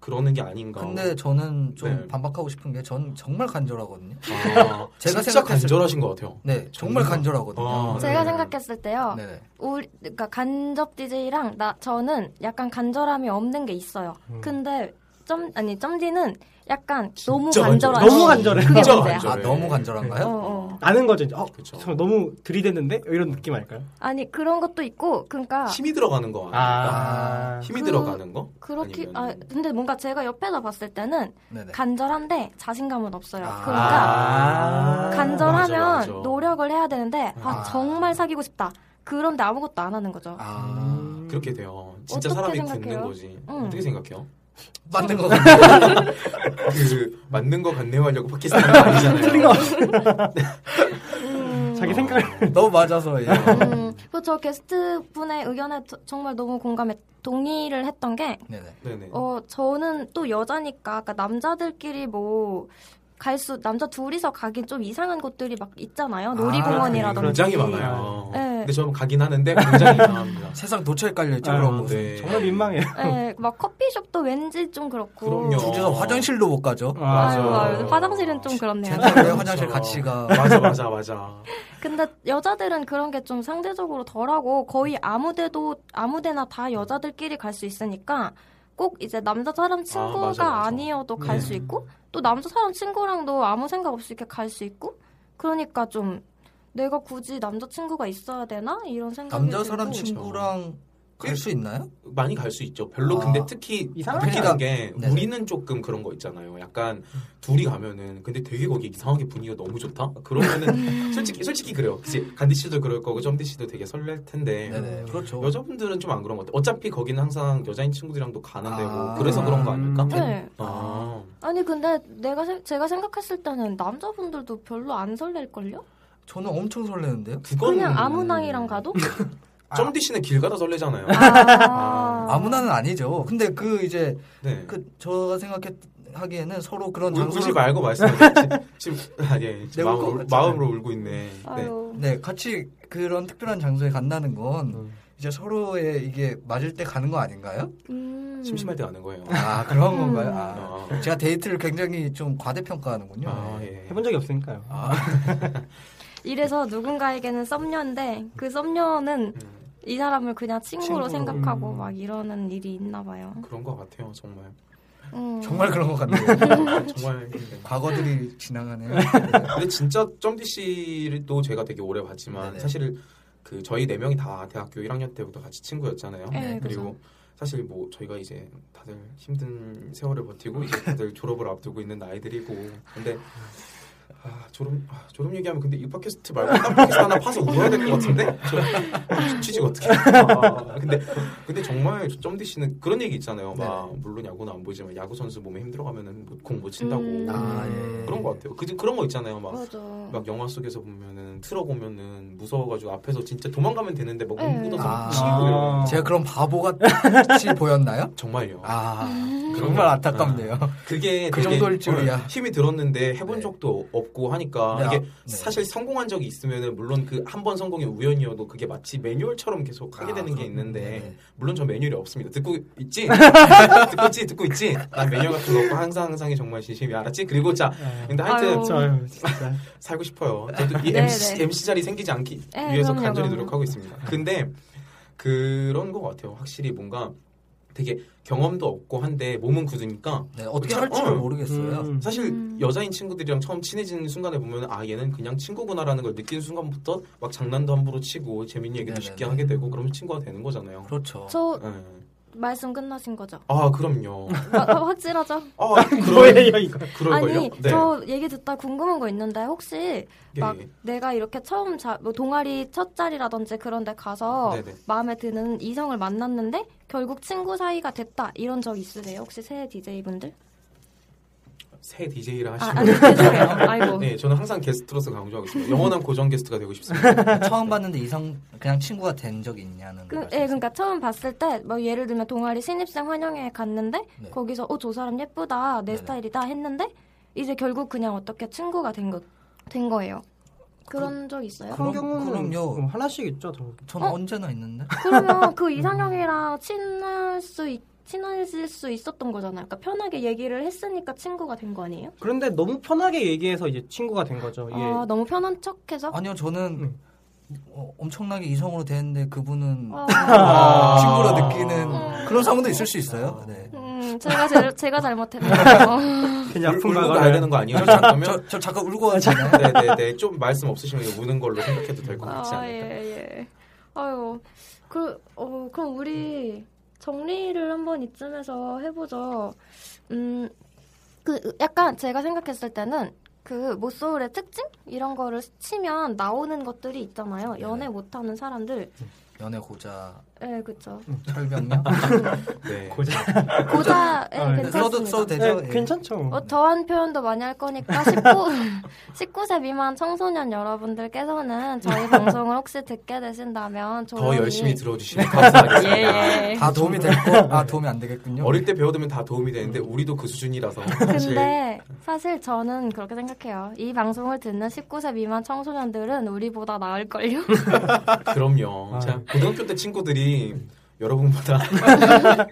그러는 게 아닌가.
근데 저는 좀
그러니까. 네.
반박하고 싶은 게 전 정말 간절하거든요.
아,
제가
진짜
생각했을-
간절하신 것 같아요.
네, 정말 간절하거든요.
아,
제가
네.
생각했을 때요.
네.
우리 그러니까 간접 DJ랑 나 저는 약간 간절함이 없는 게 있어요. 근데 점 아니 점디는 약간 너무
진짜
간절한
너무 간절해.
그게
진짜
문제야.
간절.
아, 너무 간절한가요?
어, 어.
아는 거죠. 이제. 어,
그쵸.
저 너무 들이댔는데 이런 느낌 아닐까요?
아니 그런 것도 있고 그러니까
힘이 들어가는 거 아니에요?
아,
힘이
그-
들어가는 거?
그렇게
아니면은-
아 근데 뭔가 제가 옆에서 봤을 때는
네네.
간절한데 자신감은 없어요.
아.
그러니까
아.
간절하면
맞아, 맞아.
노력을 해야 되는데 아,
아.
정말 사귀고 싶다. 그런데 아무것도 안 하는 거죠.
아
음.
그렇게 돼요. 진짜
어떻게
사람이
생각해요? 음.
듣는 거지.
응.
어떻게 생각해요?
맞는 거 같아요.
그 맞는 거 같네요 하려고 파키스탄 아니잖아요. 어.
틀린 거 같아.
음.
자기 생각을
너무 맞아서 예.
음, 그저 게스트 분의 의견에 저- 정말 너무 공감했, 동의를 했던 게,
네네.
네네.
어, 저는 또 여자니까, 아까 남자들끼리 뭐, 갈 수, 남자 둘이서 가긴 좀 이상한 곳들이 막 있잖아요. 놀이공원이라든지.
굉장히 많아요.
네.
근데 저는 가긴 하는데 굉장히 이상합니다.
세상 도처에 깔려 있죠
아,
그런
네.
곳은.
정말 민망해요.
예.
네, 막 커피숍도 왠지 좀 그렇고.
그럼요.
둘이서 화장실도 못 가죠.
아,
아유,
맞아. 그렇죠.
아유, 화장실은 좀 그렇네요.
제철에 화장실 같이 가.
맞아 맞아 맞아.
근데 여자들은 그런 게 좀 상대적으로 덜하고 거의 아무데도 아무데나 다 여자들끼리 갈 수 있으니까 꼭 이제 남자 사람 친구가 아,
맞아, 맞아.
니어도 갈 수 있고 또 남자 사람 친구랑도 아무 생각 없이 이렇게 갈 수 있고 그러니까 좀 내가 굳이 남자 친구가 있어야 되나 이런 생각이
남자 사람
들고.
친구랑 갈 수 있나요?
많이 갈 수 있죠. 별로
아.
근데 특히
이상하게
특이한 게
네네.
우리는 조금 그런 거 있잖아요. 약간 둘이 가면은 근데 되게 거기 이상하게 분위기가 너무 좋다. 그러면은 솔직히 솔직히 그래요. 그치? 간디 씨도 그럴 거고 점디 씨도 되게 설렐 텐데
네네. 그렇죠.
여자분들은 좀 안 그런 것 같아요. 어차피 거기는 항상 여자인 친구들이랑도 가는
아.
데고 그래서 그런 거 아닐까?
네.
아.
아니 근데 내가 세- 제가 생각했을 때는 남자분들도 별로 안 설렐 걸요?
저는 엄청 설레는데요.
그건 음.
그냥 아무 낭이랑 가도?
점디 씨는 길 가다 설레잖아요.
아.
아무나는 아니죠. 근데 그 이제
네.
그 제가 생각하기에는 서로 그런
울,
장소를
울지 뭐 말고 말씀하세요. 지금 아, 예. 지금
네, 울것
마음으로,
같잖아요.
마음으로 울고 있네. 네.
아유.
네, 같이 그런 특별한 장소에 간다는 건
음.
이제 서로의 이게 맞을 때 가는 거 아닌가요?
음.
심심할 때 가는 거예요.
아, 그런
음.
건가요? 아,
아,
제가 데이트를 굉장히 좀 과대평가하는군요.
아, 예.
해본 적이 없으니까요.
이래서 누군가에게는 썸녀인데 그 썸녀는
음,
이 사람을 그냥 친구로
친구로.
생각하고
음.
막 이러는 일이 있나 봐요.
그런 것 같아요, 정말.
음.
정말 그런 것 같네요.
정말. 네.
과거들이 지나가네요.
근데 진짜 점디 씨를 또 제가 되게 오래 봤지만
네네.
사실 그 저희 네 명이 다 대학교 1학년 때부터 같이 친구였잖아요.
네,
그리고 사실 뭐 저희가 이제 다들 힘든 세월을 버티고 이제 다들 졸업을 앞두고 있는 나이들이고 근데 아, 졸업 아, 졸업 얘기하면 근데 이 팟캐스트 말고 다른 팟캐스트 하나 파서 울어야 될 것 같은데 저 취직 어떻게 아, 근데 근데 정말 점디 씨는 그런 얘기 있잖아요 막
네.
물론 야구는 안 보이지만 야구 선수 몸에 힘들어가면은 뭐 공 못 친다고
음.
아, 예.
그런 것 같아요 그 그런 거 있잖아요 막
맞아.
막 영화 속에서 보면은 틀어 보면은 무서워가지고 앞에서 진짜 도망가면 되는데 막
네.
묻어서
아.
치고 이러는
제가 그런 바보 같이 보였나요?
정말요.
아,
그런
정말
거.
안타깝네요.
그게
그
되게 어,
정도일 줄이야.
힘이 들었는데 해본
네.
적도 없고 하니까
네, 아,
이게
네.
사실 성공한 적이 있으면은 물론 그 한 번 성공이 우연이어도 그게 마치 매뉴얼처럼 계속 하게
아,
되는 게
그럼,
있는데
네네.
물론 저 매뉴얼이 없습니다. 듣고 있지? 듣고 있지? 듣고 있지? 난 매뉴얼 같은 거 없고 항상 항상이 정말 진심이 알았지? 그리고 자
아,
근데 하여튼
아유.
저요 진짜.
살고 싶어요. 저도 이
네,
MC,
네.
MC 자리 생기지 않기
네,
위해서
그럼요,
간절히
그럼요. 네.
노력하고 있습니다. 근데 그런 것 같아요. 확실히 뭔가 되게 경험도 없고 한데 몸은 굳으니까
네, 어떻게
어,
할 줄을
어.
모르겠어요.
음.
사실
음.
여자인 친구들이랑 처음 친해지는 순간에 보면 아 얘는 그냥 친구구나라는 걸 느끼는 순간부터 막 장난도 함부로 치고 재밌는 얘기도
네네네.
쉽게 하게 되고 그러면 친구가 되는 거잖아요.
그렇죠.
저
네.
말씀 끝나신 거죠?
아 그럼요.
아, 아, 확실하죠?
아 그럴
뭐예요 이거?
그럴 걸요. 네.
아니 저 얘기 듣다 궁금한 거 있는데 혹시
예,
막 내가 이렇게 처음 자, 뭐 동아리 첫 자리라든지 그런 데 가서
네네.
마음에 드는 이성을 만났는데 결국 친구 사이가 됐다 이런 적 있으세요? 혹시 새 DJ분들?
새 DJ라
아,
하시면
아니 죄송해요. 아이고.
네, 저는 항상 게스트로서 강조하고 있습니다. 영원한 고정 게스트가 되고 싶습니다.
뭐 처음 봤는데 이상 그냥 친구가 된 적이 있냐는
그,
말씀.
예, 그러니까 처음 봤을 때, 뭐 예를 들면 동아리 신입생 환영회에 갔는데
네.
거기서 어 저 사람 예쁘다 내
네네.
스타일이다 했는데 이제 결국 그냥 어떻게 친구가 된 거, 된 거예요. 그런 적 있어요?
그런
그럼-
경우는
그럼요.
뭐 하나씩 있죠. 저.
저는
어?
언제나 있는데.
그러면 그 이상형이랑 친할 수 있, 친해질 수 있었던 거잖아요. 그러니까 편하게 얘기를 했으니까 친구가 된 거 아니에요?
그런데 너무 편하게 얘기해서 이제 친구가 된 거죠. 이게
아 너무 편한 척해서.
아니요, 저는 어, 엄청나게 이성으로 되는데 그분은
아,
아.
친구로 느끼는
음.
그런 상황도 있을 수
아.
있어요. 네.
음, 제가 제, 제가 잘못했네요.
그냥
울고
아픈
가야
과거를
되는 거 아니에요? 그러면
저, 저 잠깐 울고 왔잖아요.
네네네 좀 말씀 없으시면 이거 우는 걸로 생각해도 될 것 같지
아,
않을까?
예, 예. 아유, 그, 어, 그럼
음.
우리 정리를 한번 이쯤에서 해보죠. 음, 그, 약간 제가 생각했을 때는 그 모쏠의 특징 이런 거를 치면 나오는 것들이 있잖아요. 연애
네.
못하는 사람들.
연애 고자
예, 그렇죠.
음.
철벽력
네.
고자 예,
아, 네.
써도
괜찮습니다.
써도 되죠.
네,
예.
괜찮죠.
어, 더한 표현도 많이 할 거니까 19, 19세 미만 청소년 여러분들께서는 저희 방송을 혹시 듣게 되신다면
더
조용히
열심히 들어주시면 감사하겠습니다.
예, 예.
다 도움이 될거
네.
아 도움이 안 되겠군요.
어릴 때 배워두면 다 도움이 되는데 우리도 그 수준이라서 사실
근데 사실 저는 그렇게 생각해요. 이 방송을 듣는 19세 미만 청소년들은 우리보다 나을걸요?
그럼요.
아.
제가 고등학교 때 친구들이 여러분보다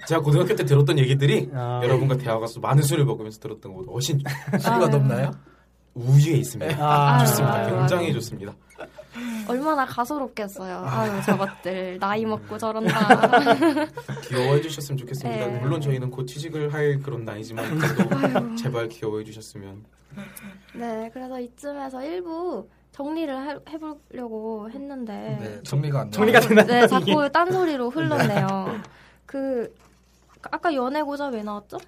제가 고등학교 때 들었던 얘기들이
아.
여러분과 대화 가서 많은 술을 먹으면서 들었던 것보다 훨씬
수위가
아,
높나요?
우위에 있습니다.
아,
좋습니다.
아유, 아유.
굉장히 좋습니다.
얼마나 가소롭겠어요. 아유, 저것들. 나이 먹고 저런다.
귀여워해 주셨으면 좋겠습니다.
네.
물론 저희는 곧 취직을 할 그런 나이지만 그래도 제발 귀여워해 주셨으면
네, 그래서 이쯤에서 일부 정리를 해, 해보려고 했는데.
네, 정리가 안 돼.
정리가 되나?
네, 자꾸 딴소리로 흘렀네요. 그 아까 연애 고자 왜 나왔죠?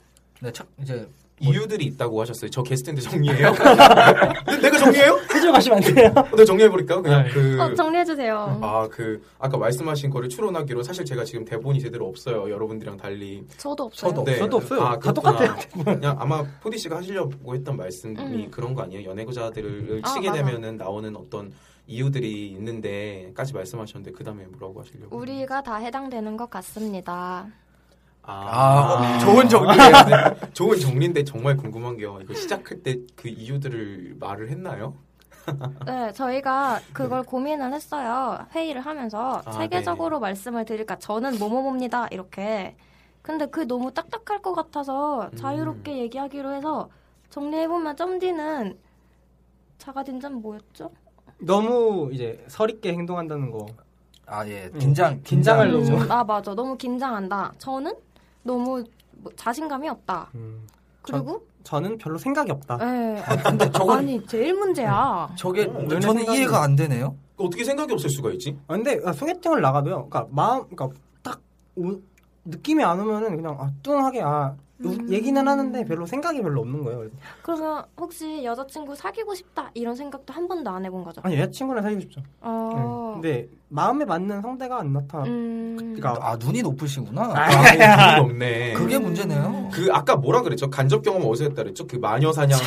네, 첫 이제
뭐-
이유들이 있다고 하셨어요. 저 게스트인데 정리해요? 내가 정리해요?
해줘가시면 안 돼요.
어, 내가 정리해 버릴까? 그냥
네.
그
어, 정리해 주세요.
아, 그, 아까 말씀하신 거를 추론하기로 사실 제가 지금 대본이 제대로 없어요. 여러분들이랑 달리.
저도 없어요.
저도.
저도 없어요.
아,
다
그렇구나. 그냥 아마 포디 씨가 하시려고 했던 말씀이
음.
그런 거 아니에요? 연애고자들을
아,
치게
맞아.
되면은 나오는 어떤 이유들이 있는데까지 말씀하셨는데 그 다음에 뭐라고 하시려고?
우리가 다 해당되는 것 같습니다.
아,
아,
아,
좋은
정리예요. 근데 좋은 정리인데 정말 궁금한 게요. 이거 시작할 때 그 이유들을 말을 했나요?
네, 저희가 그걸 고민을 했어요. 회의를 하면서
아,
체계적으로 말씀을 드릴까? 저는 뭐뭐뭐입니다. 이렇게. 근데 그 너무 딱딱할 것 같아서
음.
자유롭게 얘기하기로 해서 정리해보면 점디는 자가 딘전 뭐였죠?
너무 이제 서리게 행동한다는 거.
아 예, 긴장
긴장을
긴장.
놓죠.
음, 아 맞아 너무 긴장한다. 저는 너무 뭐 자신감이 없다.
음,
그리고
저는 별로 생각이 없다.
에
근데 저건
아니 제일 문제야.
저게
어,
저는
생각이-
이해가 안 되네요.
어떻게 생각이 없을 수가 있지?
아, 근데 아, 소개팅을 나가도요. 그러니까 마음, 그러니까 딱 오- 느낌이 안 오면은 그냥 아, 뚱하게 아 우-
음.
얘기는 하는데 별로 생각이 별로 없는 거예요.
그러면 혹시 여자친구 사귀고 싶다 이런 생각도 한 번도 안 해본 거죠?
아니 여자친구랑 사귀고 싶죠. 네.
어.
근데 마음에 맞는 상대가 안 나타.
음.
그러니까 예.
아 눈이 높으시구나.
아, 그게 없네.
그게 문제네요.
음.
그 아까 뭐라 그랬죠? 간접 경험 어디서 했다 그랬죠? 그 마녀 사냥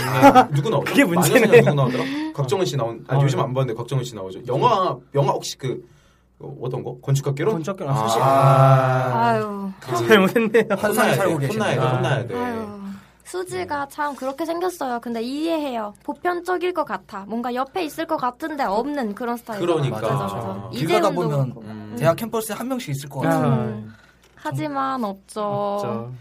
누구 나오죠?
그게 문제네요.
마녀 사냥 누구 나오더라? 곽정은 씨 나온 아니
아,
요즘
네.
안 봤는데 곽정은 씨 나오죠. 영화 영화 혹시 그 어, 어떤 거? 건축학개론?
건축학개론,
아,
사실.
아유.
잘못했네요.
환상에
혼나야
살고
돼,
계시네.
혼나야 돼.
아.
혼나야 돼.
아유. 수지가 참 그렇게 생겼어요. 근데 이해해요. 보편적일 것 같아. 뭔가 옆에 있을 것 같은데 없는 그런 스타일.
그러니까.
맞아, 맞아,
아.
맞아.
길 가다
이재훈도
보면
그렇고.
음.
대학 캠퍼스에 한 명씩 있을 것 같아요.
아,
하지만 없죠.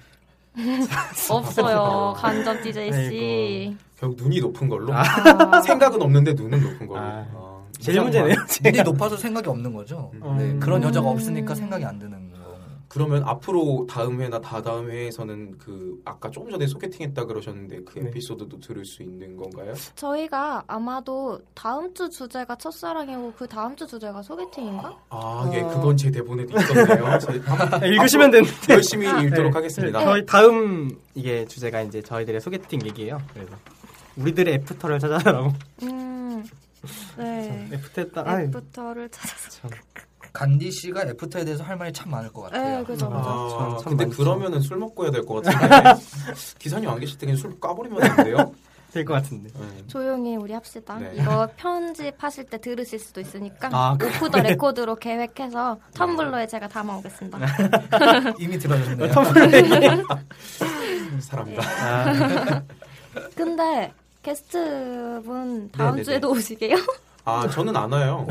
진짜.
없어요. 간접 DJ 씨.
결국 눈이 높은 걸로.
아,
생각은 없는데 눈은 높은 걸로.
아.
아,
제일
이상한
문제네요.
눈이 높아서 생각이 없는 거죠.
음.
네,
음.
그런 여자가
음.
없으니까 생각이 안 드는 거.
그러면 앞으로 다음 회나 다다음 회에서는 그 아까 조금 전에 소개팅했다 그러셨는데 그
네.
에피소드도 들을 수 있는 건가요?
저희가 아마도 다음 주 주제가 첫사랑이고 그 다음 주 주제가 소개팅인가?
아, 예, 그건 제 대본에도 있었네요. 제- 아마
읽으시면 되는.
열심히 읽도록
네.
하겠습니다.
저희 다음 이게 주제가 이제 저희들의 소개팅 얘기예요. 그래서 우리들의 애프터를 찾아라고.
음, 네.
애프터 했다. 아이,
애프터를 찾아서.
참.
간디 씨가 애프터에 대해서 할 말이 참 많을 것 같아요.
네, 그죠, 그죠.
아,
참, 참
근데
많죠.
그러면은 술 먹고 해야 될 것 같은데 기사님 안 계실 때 그냥 술 까버리면 안 돼요?
될것 같은데.
네.
조용히 우리 합시다.
네.
이거 편집하실 때 들으실 수도 있으니까
아, 그래요?
오프 더
네.
레코드로 계획해서 텀블러에 제가 담아오겠습니다.
이미 들어졌네요.
아, 사람이다.
아,
근데 게스트분 다음
네, 네,
주에도 오시게요?
아 저는 안 와요.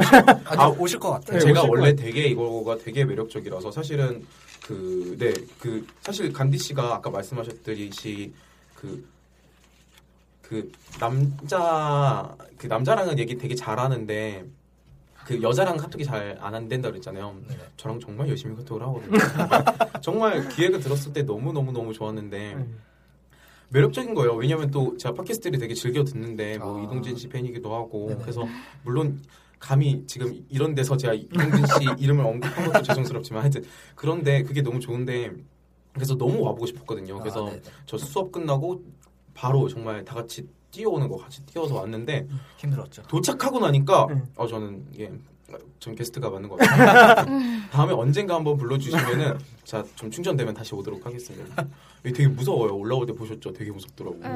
아니,
아,
오실 것 같아요.
네,
제가
오실
원래 되게 이거가 되게 매력적이라서 사실은 그, 네, 그, 사실 간디 씨가 아까 말씀하셨듯이 그, 그, 남자, 그 남자랑은 얘기 되게 잘하는데 그 여자랑 카톡이 잘 안 된다 그랬잖아요.
네.
저랑 정말 열심히 카톡을 하거든요. 정말 기회가 들었을 때 너무너무너무 좋았는데
음.
네,
매력적인 거예요. 왜냐면 또 제가 팟캐스트를 되게 즐겨 듣는데 뭐
아.
이동진 씨 팬이기도 하고
네네.
그래서 물론 감히 지금 이런 데서 제가 이동진 씨 이름을 언급한 것도 죄송스럽지만 하여튼 그런데 그게 너무 좋은데
네.
그래서 너무 와보고 싶었거든요. 그래서
아, 네, 네.
저 수업 끝나고 바로 정말 다 같이 뛰어오는 거 같이 뛰어서 왔는데
힘들었죠.
도착하고 나니까
네.
어 저는 이게 전 게스트가 맞는 것 같아요. 다음에 언젠가 한번 불러주시면은 자좀 충전되면 다시 오도록 하겠습니다. 이게 되게 무서워요. 올라올 때 보셨죠? 되게 무섭더라고.
네,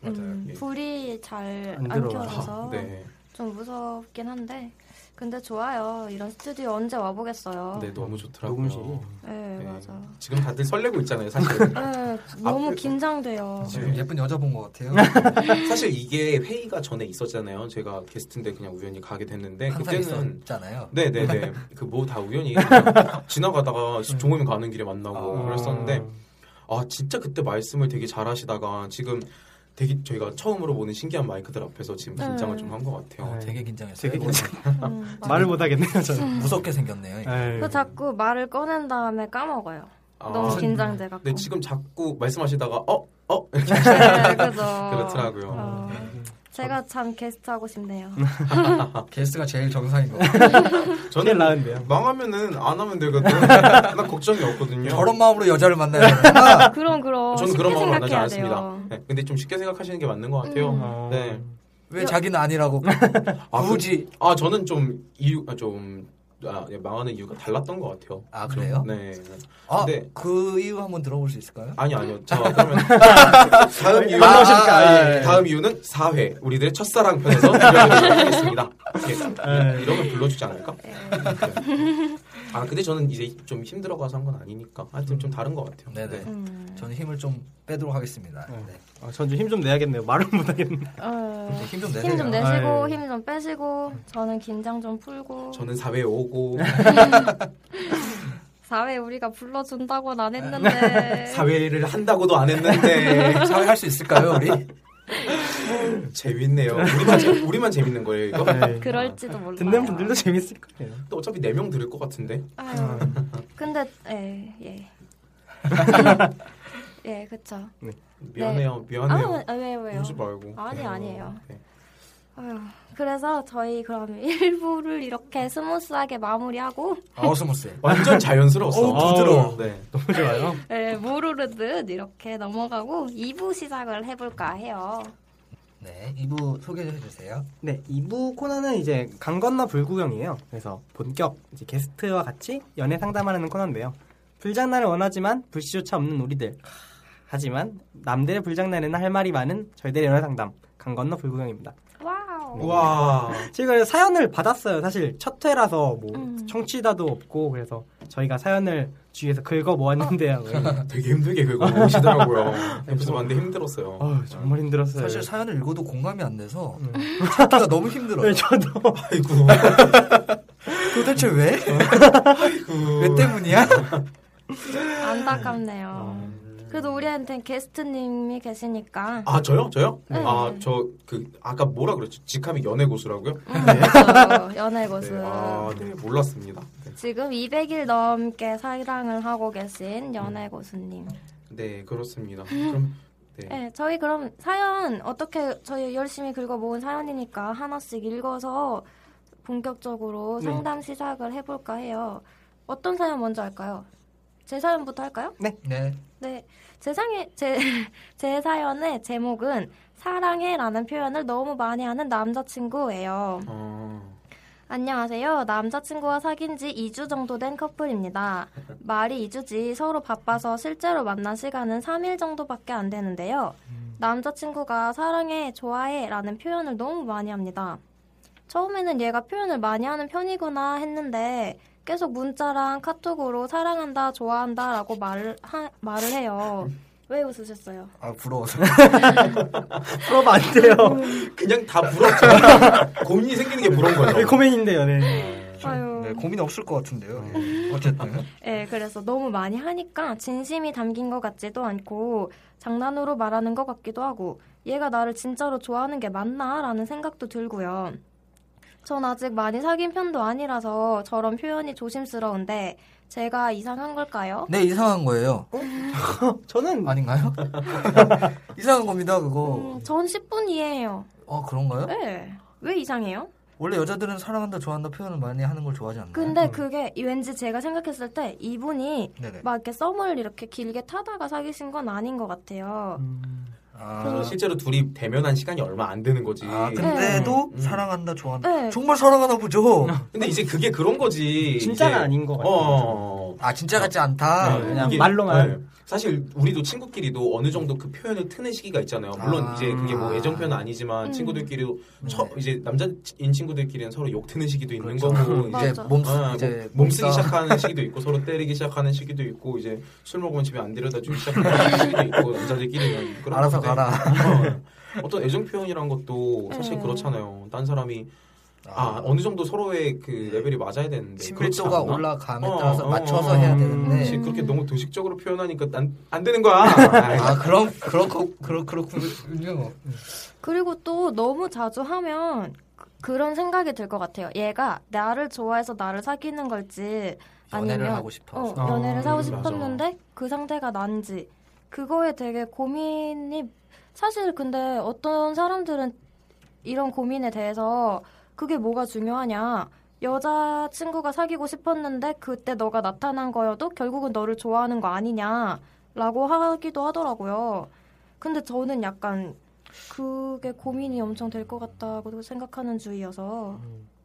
음,
예.
불이 잘
안
안
들어와서.
켜져서
네,
좀 무섭긴 한데 근데 좋아요. 이런 스튜디오 언제 와보겠어요.
네 너무 좋더라고요.
녹음실이.
네,
네.
맞아.
지금 다들 설레고 있잖아요, 그, 어. 사실.
네, 너무
앞에-
긴장돼요.
지금 예쁜 여자 본 것 같아요.
네, 사실 이게 회의가 전에 있었잖아요. 제가 게스트인데 그냥 우연히 가게 됐는데
항상
그때는
있었잖아요.
네네네 그 뭐 다 우연히 그냥 지나가다가 종호면 가는 길에 만나고
뭐
아.
그랬었는데 아 진짜 그때 말씀을 되게 잘하시다가 지금 되게 저희가 처음으로 보는 신기한 마이크들 앞에서 지금 긴장을
네.
좀 한 것 같아요.
어, 되게 긴장했어요.
되게
음, 맞아.
말을 못 하겠네요 저는.
무섭게 생겼네요. 이게.
에이.
그 자꾸 말을 꺼낸 다음에 까먹어요.
아,
너무 긴장돼갖고.
근데 지금 자꾸 말씀하시다가 어 어? 이렇게
네, 그죠.
그렇더라고요.
어,
네.
제가 참 게스트 하고 싶네요.
아, 게스트가 제일 정상인 것 같아요.
저는
제일 나은데요.
망하면은 안 하면 되거든. 나 걱정이 없거든요.
저런 마음으로 여자를 만나야
네.
되는구나.
아, 그럼 그럼
아, 저는
쉽게
그런 마음으로 만나지
생각해야
않습니다.
돼요.
네, 근데 좀 쉽게 생각하시는 게 맞는 것 같아요.
음.
네.
왜 자기는 아니라고.
아, 그-
굳이.
아 저는 좀 이유 아, 좀 아, 예, 망하는 이유가 달랐던 것 같아요.
아, 그래요?
네.
아,
근데-
그 이유 한번 들어볼 수 있을까요?
아니 아니요. 저 그러면 다음 이유
올라오시니까, 예.
다음 이유는 사회 우리들의 첫사랑 편에서 들려드리도록 하겠습니다. 예. 이러면 불러주지 않을까? 네. 아 근데 저는 이제 좀 힘들어가서 한 건 아니니까 하여튼 좀 다른 것 같아요.
네네.
음.
저는 힘을 좀 빼도록 하겠습니다. 네.
아, 전좀 힘 좀 내야겠네요. 말을 못 하겠네.
어,
힘
네.
좀
힘 좀
내세요.
내시고
아이.
힘 좀 빼시고 저는 긴장 좀 풀고
저는 사회에 오고
네. 사회 우리가 불러준다고는 안 했는데
네. 사회를 한다고도 안 했는데
네, 사회 할 수 있을까요, 우리?
재밌네요. 우리만, 재, 우리만 재밌는 거예요 이거?
네.
그럴지도 몰라요.
듣는 분들도 재밌을 거예요.
또 어차피 네 명 들을 것 같은데.
아유, 근데 예 예. 예, 그쵸.
미안해요, 미안해요.
아, 왜, 왜요?
울지 말고.
아니,
네.
아니에요.
네.
아유, 그래서 저희 그럼 일부를 이렇게 스무스하게 마무리하고,
아, 어스무스.
완전 자연스러웠어.
어우, 부드러워.
네.
너무 좋아요.
예, 모르르듯 이렇게 넘어가고 2부 시작을 해볼까 해요.
네, 이부 소개해 주세요.
네, 2부 코너는 이제 강 건너 불구경이에요. 그래서 본격 이제 게스트와 같이 연애 상담하는 코너인데요. 불장난을 원하지만 불시조차 없는 우리들. 하지만 남들의 불장난에는 할 말이 많은 저희들의 연애 상담 강 건너 불구경입니다.
와우.
네.
와.
저희가 사연을 받았어요. 사실 첫 회라서 뭐
음.
청취자도 없고 그래서 저희가 사연을 주위에서 긁어 모았는데요.
아, 되게 힘들게 그거 오시더라고요. 옆에서 봤는데 힘들었어요.
어, 아, 정말 힘들었어요.
사실 사연을 읽어도 공감이 안 돼서
음.
찾기가 너무 힘들어요.
네, 저도
아이고.
도대체 왜? 왜 때문이야?
안타깝네요. 그래도 우리한테 게스트님이 계시니까.
아 저요? 저요?
네.
아 저 그 아까 뭐라 그랬죠? 직함이 연애 고수라고요?
그렇죠. 연애 고수.
네. 아, 네. 몰랐습니다. 네.
지금 200일 넘게 사랑을 하고 계신
음.
연애 고수님.
네, 그렇습니다. 그럼 네.
네, 저희 그럼 사연 어떻게 저희 열심히 긁어 모은 사연이니까 하나씩 읽어서 본격적으로
네.
상담 시작을 해볼까 해요. 어떤 사연 먼저 할까요? 제 사연부터 할까요?
네.
네, 제 상에 제 제 사연의 제목은 사랑해라는 표현을 너무 많이 하는 남자친구예요.
어,
안녕하세요. 남자친구와 사귄 지 2주 정도 된 커플입니다. 말이 2주지 서로 바빠서 실제로 만난 시간은 3일 정도밖에 안 되는데요. 남자친구가 사랑해, 좋아해 라는 표현을 너무 많이 합니다. 처음에는 얘가 표현을 많이 하는 편이구나 했는데 계속 문자랑 카톡으로 사랑한다, 좋아한다 라고 말을, 하- 말을 해요. 왜 웃으셨어요?
아, 부러워서.
풀어봐 안 돼요.
그냥 다 부럽죠. 고민이 생기는 게 부러운
여기
거죠.
고민인데요, 네.
아유.
네, 고민 없을 것 같은데요. 예. 어쨌든.
예, 그래서 너무 많이 하니까 진심이 담긴 것 같지도 않고 장난으로 말하는 것 같기도 하고 얘가 나를 진짜로 좋아하는 게 맞나라는 생각도 들고요. 전 아직 많이 사귄 편도 아니라서 저런 표현이 조심스러운데 제가 이상한 걸까요?
네, 이상한 거예요.
저는
아닌가요? 이상한 겁니다, 그거.
음, 전 10분 이해해요.
어, 그런가요?
예. 왜 이상해요?
원래 여자들은 사랑한다, 좋아한다 표현을 많이 하는 걸 좋아하지 않나요?
근데 그게 왠지 제가 생각했을 때 이분이
네네.
막 이렇게 썸을 이렇게 길게 타다가 사귀신 건 아닌 것 같아요.
음,
아, 아,
실제로 둘이 대면한 시간이 얼마 안 되는 거지.
아,
네.
근데도
음. 네.
사랑한다 좋아한다
네.
정말 사랑하나 보죠
근데 이제 그게 그런 거지.
진짜가
이제-
아닌 것 같아요.
어.
아 진짜 같지 않다
네,
그냥 말로만.
사실 우리도 친구끼리도 어느 정도 그 표현을 트는 시기가 있잖아요. 물론
아.
이제 그게 뭐 애정표는 아니지만
음.
친구들끼리도 처,
네.
이제 남자인 친구들끼리는 서로 욕 트는 시기도 있는
그렇죠.
거고
맞아.
이제
이제 몸
아,
이제
몸 쓰기
몸싸움.
시작하는 시기도 있고 서로 때리기 시작하는 시기도 있고 이제 술 먹으면 집에 안 데려다 주기 시작하는 시기도 있고 남자들끼리는 그런
알아서
건데.
가라
어, 어떤 애정 표현이란 것도 사실
네.
그렇잖아요. 딴 사람이 아 어느 정도 서로의 그 레벨이 맞아야 되는데
친밀도가
그렇지 않나?
네, 그렇죠. 올라감에
어,
따라서
어,
맞춰서
어,
해야
음,
되는데
그렇지. 그렇게 너무 도식적으로 표현하니까 난, 안 되는 거야. 아이,
아 그럼 그렇고 그렇
음.
그렇군요
그리고 또 너무 자주 하면 그- 그런 생각이 들 것 같아요. 얘가 나를 좋아해서 나를 사귀는 걸지
연애를
아니면
하고 싶어
어, 연애를
아,
하고
맞아.
싶었는데 그 상대가 난지 그거에 되게 고민이 사실 근데 어떤 사람들은 이런 고민에 대해서 그게 뭐가 중요하냐 여자 친구가 사귀고 싶었는데 그때 너가 나타난 거여도 결국은 너를 좋아하는 거 아니냐라고 하기도 하더라고요. 근데 저는 약간 그게 고민이 엄청 될 것 같다고 생각하는 주의여서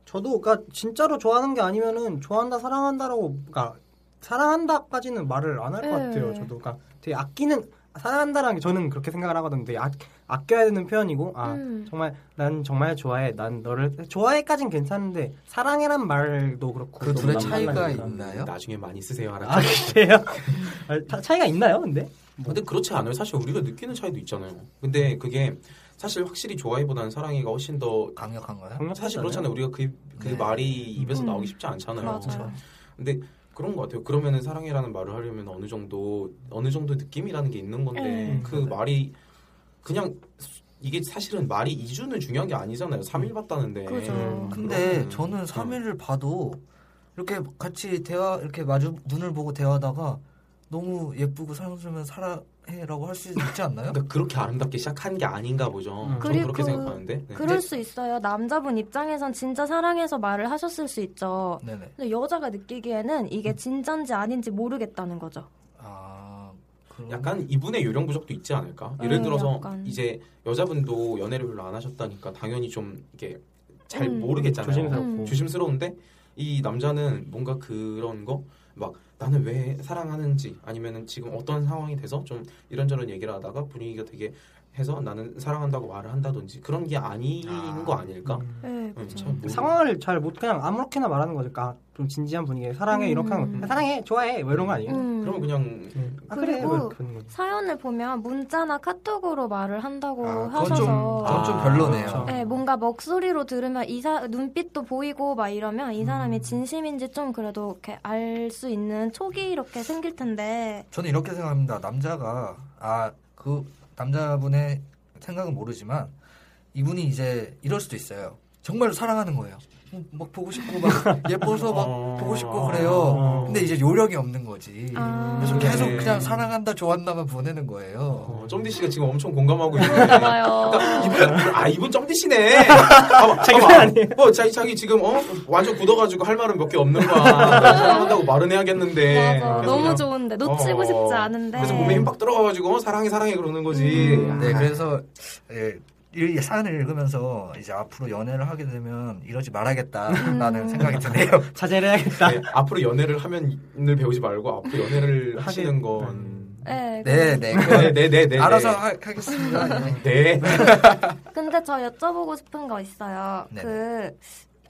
저도 그러니까 진짜로 좋아하는 게 아니면은 좋아한다 사랑한다라고 그러니까 사랑한다까지는 말을 안 할 것
네.
같아요. 저도 그러니까 되게 아끼는 사랑한다라는 게 저는 그렇게 생각을 하거든요. 되게 아, 아껴야 되는 표현이고 아
음.
정말 난 정말 좋아해. 난 너를 좋아해까진 괜찮은데 사랑해란 말도 그렇고
그
너무
둘의
난감한
차이가
말이니까.
있나요?
나중에 많이 쓰세요. 알았죠?
아 그래요? 아, 다- 차이가 있나요? 근데
근데 그렇지 않아요. 사실 우리가 느끼는 차이도 있잖아요. 근데 그게 사실 확실히 좋아해보다는 사랑이가 훨씬 더
강력한 거야?
사실 그렇잖아요. 우리가 그, 그
네.
말이 입에서
음.
나오기 쉽지 않잖아요.
그렇죠.
맞아요.
음. 근데 그런 것 같아요. 그러면은 사랑이라는 말을 하려면 어느 정도 어느 정도 느낌이라는 게 있는 건데
음.
그 말이 그냥 수- 이게 사실은 말이 2주는 중요한 게 아니잖아요. 3일 봤다는데.
그죠.
음. 근데
그런-
저는
음.
3일을 봐도 이렇게 같이 대화 이렇게 마주 눈을 보고 대화하다가 너무 예쁘고 사랑스러우면 사랑해라고 할 수 있지 않나요?
그러니까 그렇게 아름답게 시작한 게 아닌가 보죠. 저는
음.
그렇게
그리고
생각하는데. 네.
그럴 수 있어요. 남자분 입장에선 진짜 사랑해서 말을 하셨을 수 있죠.
네네.
근데 여자가 느끼기에는
음.
이게 진짠지 아닌지 모르겠다는 거죠.
아 그럼
약간 이분의 요령 부족도 있지 않을까? 예를
음,
들어서
약간.
이제 여자분도 연애를 별로 안 하셨다니까 당연히 좀 이렇게 잘
음.
모르겠잖아요.
조심스럽고
음.
조심스러운데 이 남자는 뭔가 그런 거 막 나는 왜 사랑하는지 아니면은 지금 어떤 상황이 돼서 좀 이런저런 얘기를 하다가 분위기가 되게 해서 나는 사랑한다고 말을 한다든지 그런 게 아닌
아.
거 아닐까?
음.
네,
음,
그죠.
참 모르-
상황을 잘 못 그냥 아무렇게나 말하는 거죠. 그러니까 좀 진지한 분위기에 사랑해
음.
이렇게 하는 거. 사랑해 좋아해 뭐 이런 거 아니에요?
음.
그러면 그냥
아 그래
그리고
뭐 그런 거.
사연을 보면 문자나 카톡으로 말을 한다고
아, 그건 좀,
하셔서
그건 좀
아,
별로네요.
그렇죠.
네, 뭔가 목소리로 들으면 이사 눈빛도 보이고 막 이러면 이
음.
사람이 진심인지 좀 그래도 이렇게 알 수 있는 촉이 이렇게 생길 텐데
저는 이렇게 생각합니다. 남자가 아 그 남자분의 생각은 모르지만 이분이 이제 이럴 수도 있어요. 정말 사랑하는 거예요. 음, 막 보고 싶고 막 예뻐서 막
어.
보고 싶고 그래요. 근데 이제 요령이 없는 거지.
아.
그래서 계속
네.
그냥 사랑한다 좋아한다만 보내는 거예요.
어, 점디 씨가 지금 엄청 공감하고 있는데
그런가봐요.
이분 아 이분 점디 씨네. 아, 봐봐,
자기
봐봐.
아니에요?
어 자기 자기 지금 어 완전 굳어가지고 할 말은 몇 개 없는 거야. 사랑한다고 말은 해야겠는데.
맞아,
네, 그래서
너무
그냥,
좋은데 놓치고
어,
싶지 않은데.
그래서 몸에 힘 빡 들어가가지고 어, 사랑해 사랑해 그러는 거지.
네, 그래서 예, 이 사연을 읽으면서 이제 앞으로 연애를 하게 되면 이러지
음.
말아야겠다라는 생각이 드네요.
자제를 해야겠다.
네, 앞으로 연애를 하면을 배우지 말고 앞으로 연애를 하시는 건.
네,
네, 네.
네네네
그,
네. 네, 네.
알아서 하, 겠습니다
네.
근데 저 여쭤보고 싶은 거 있어요.
네네.
그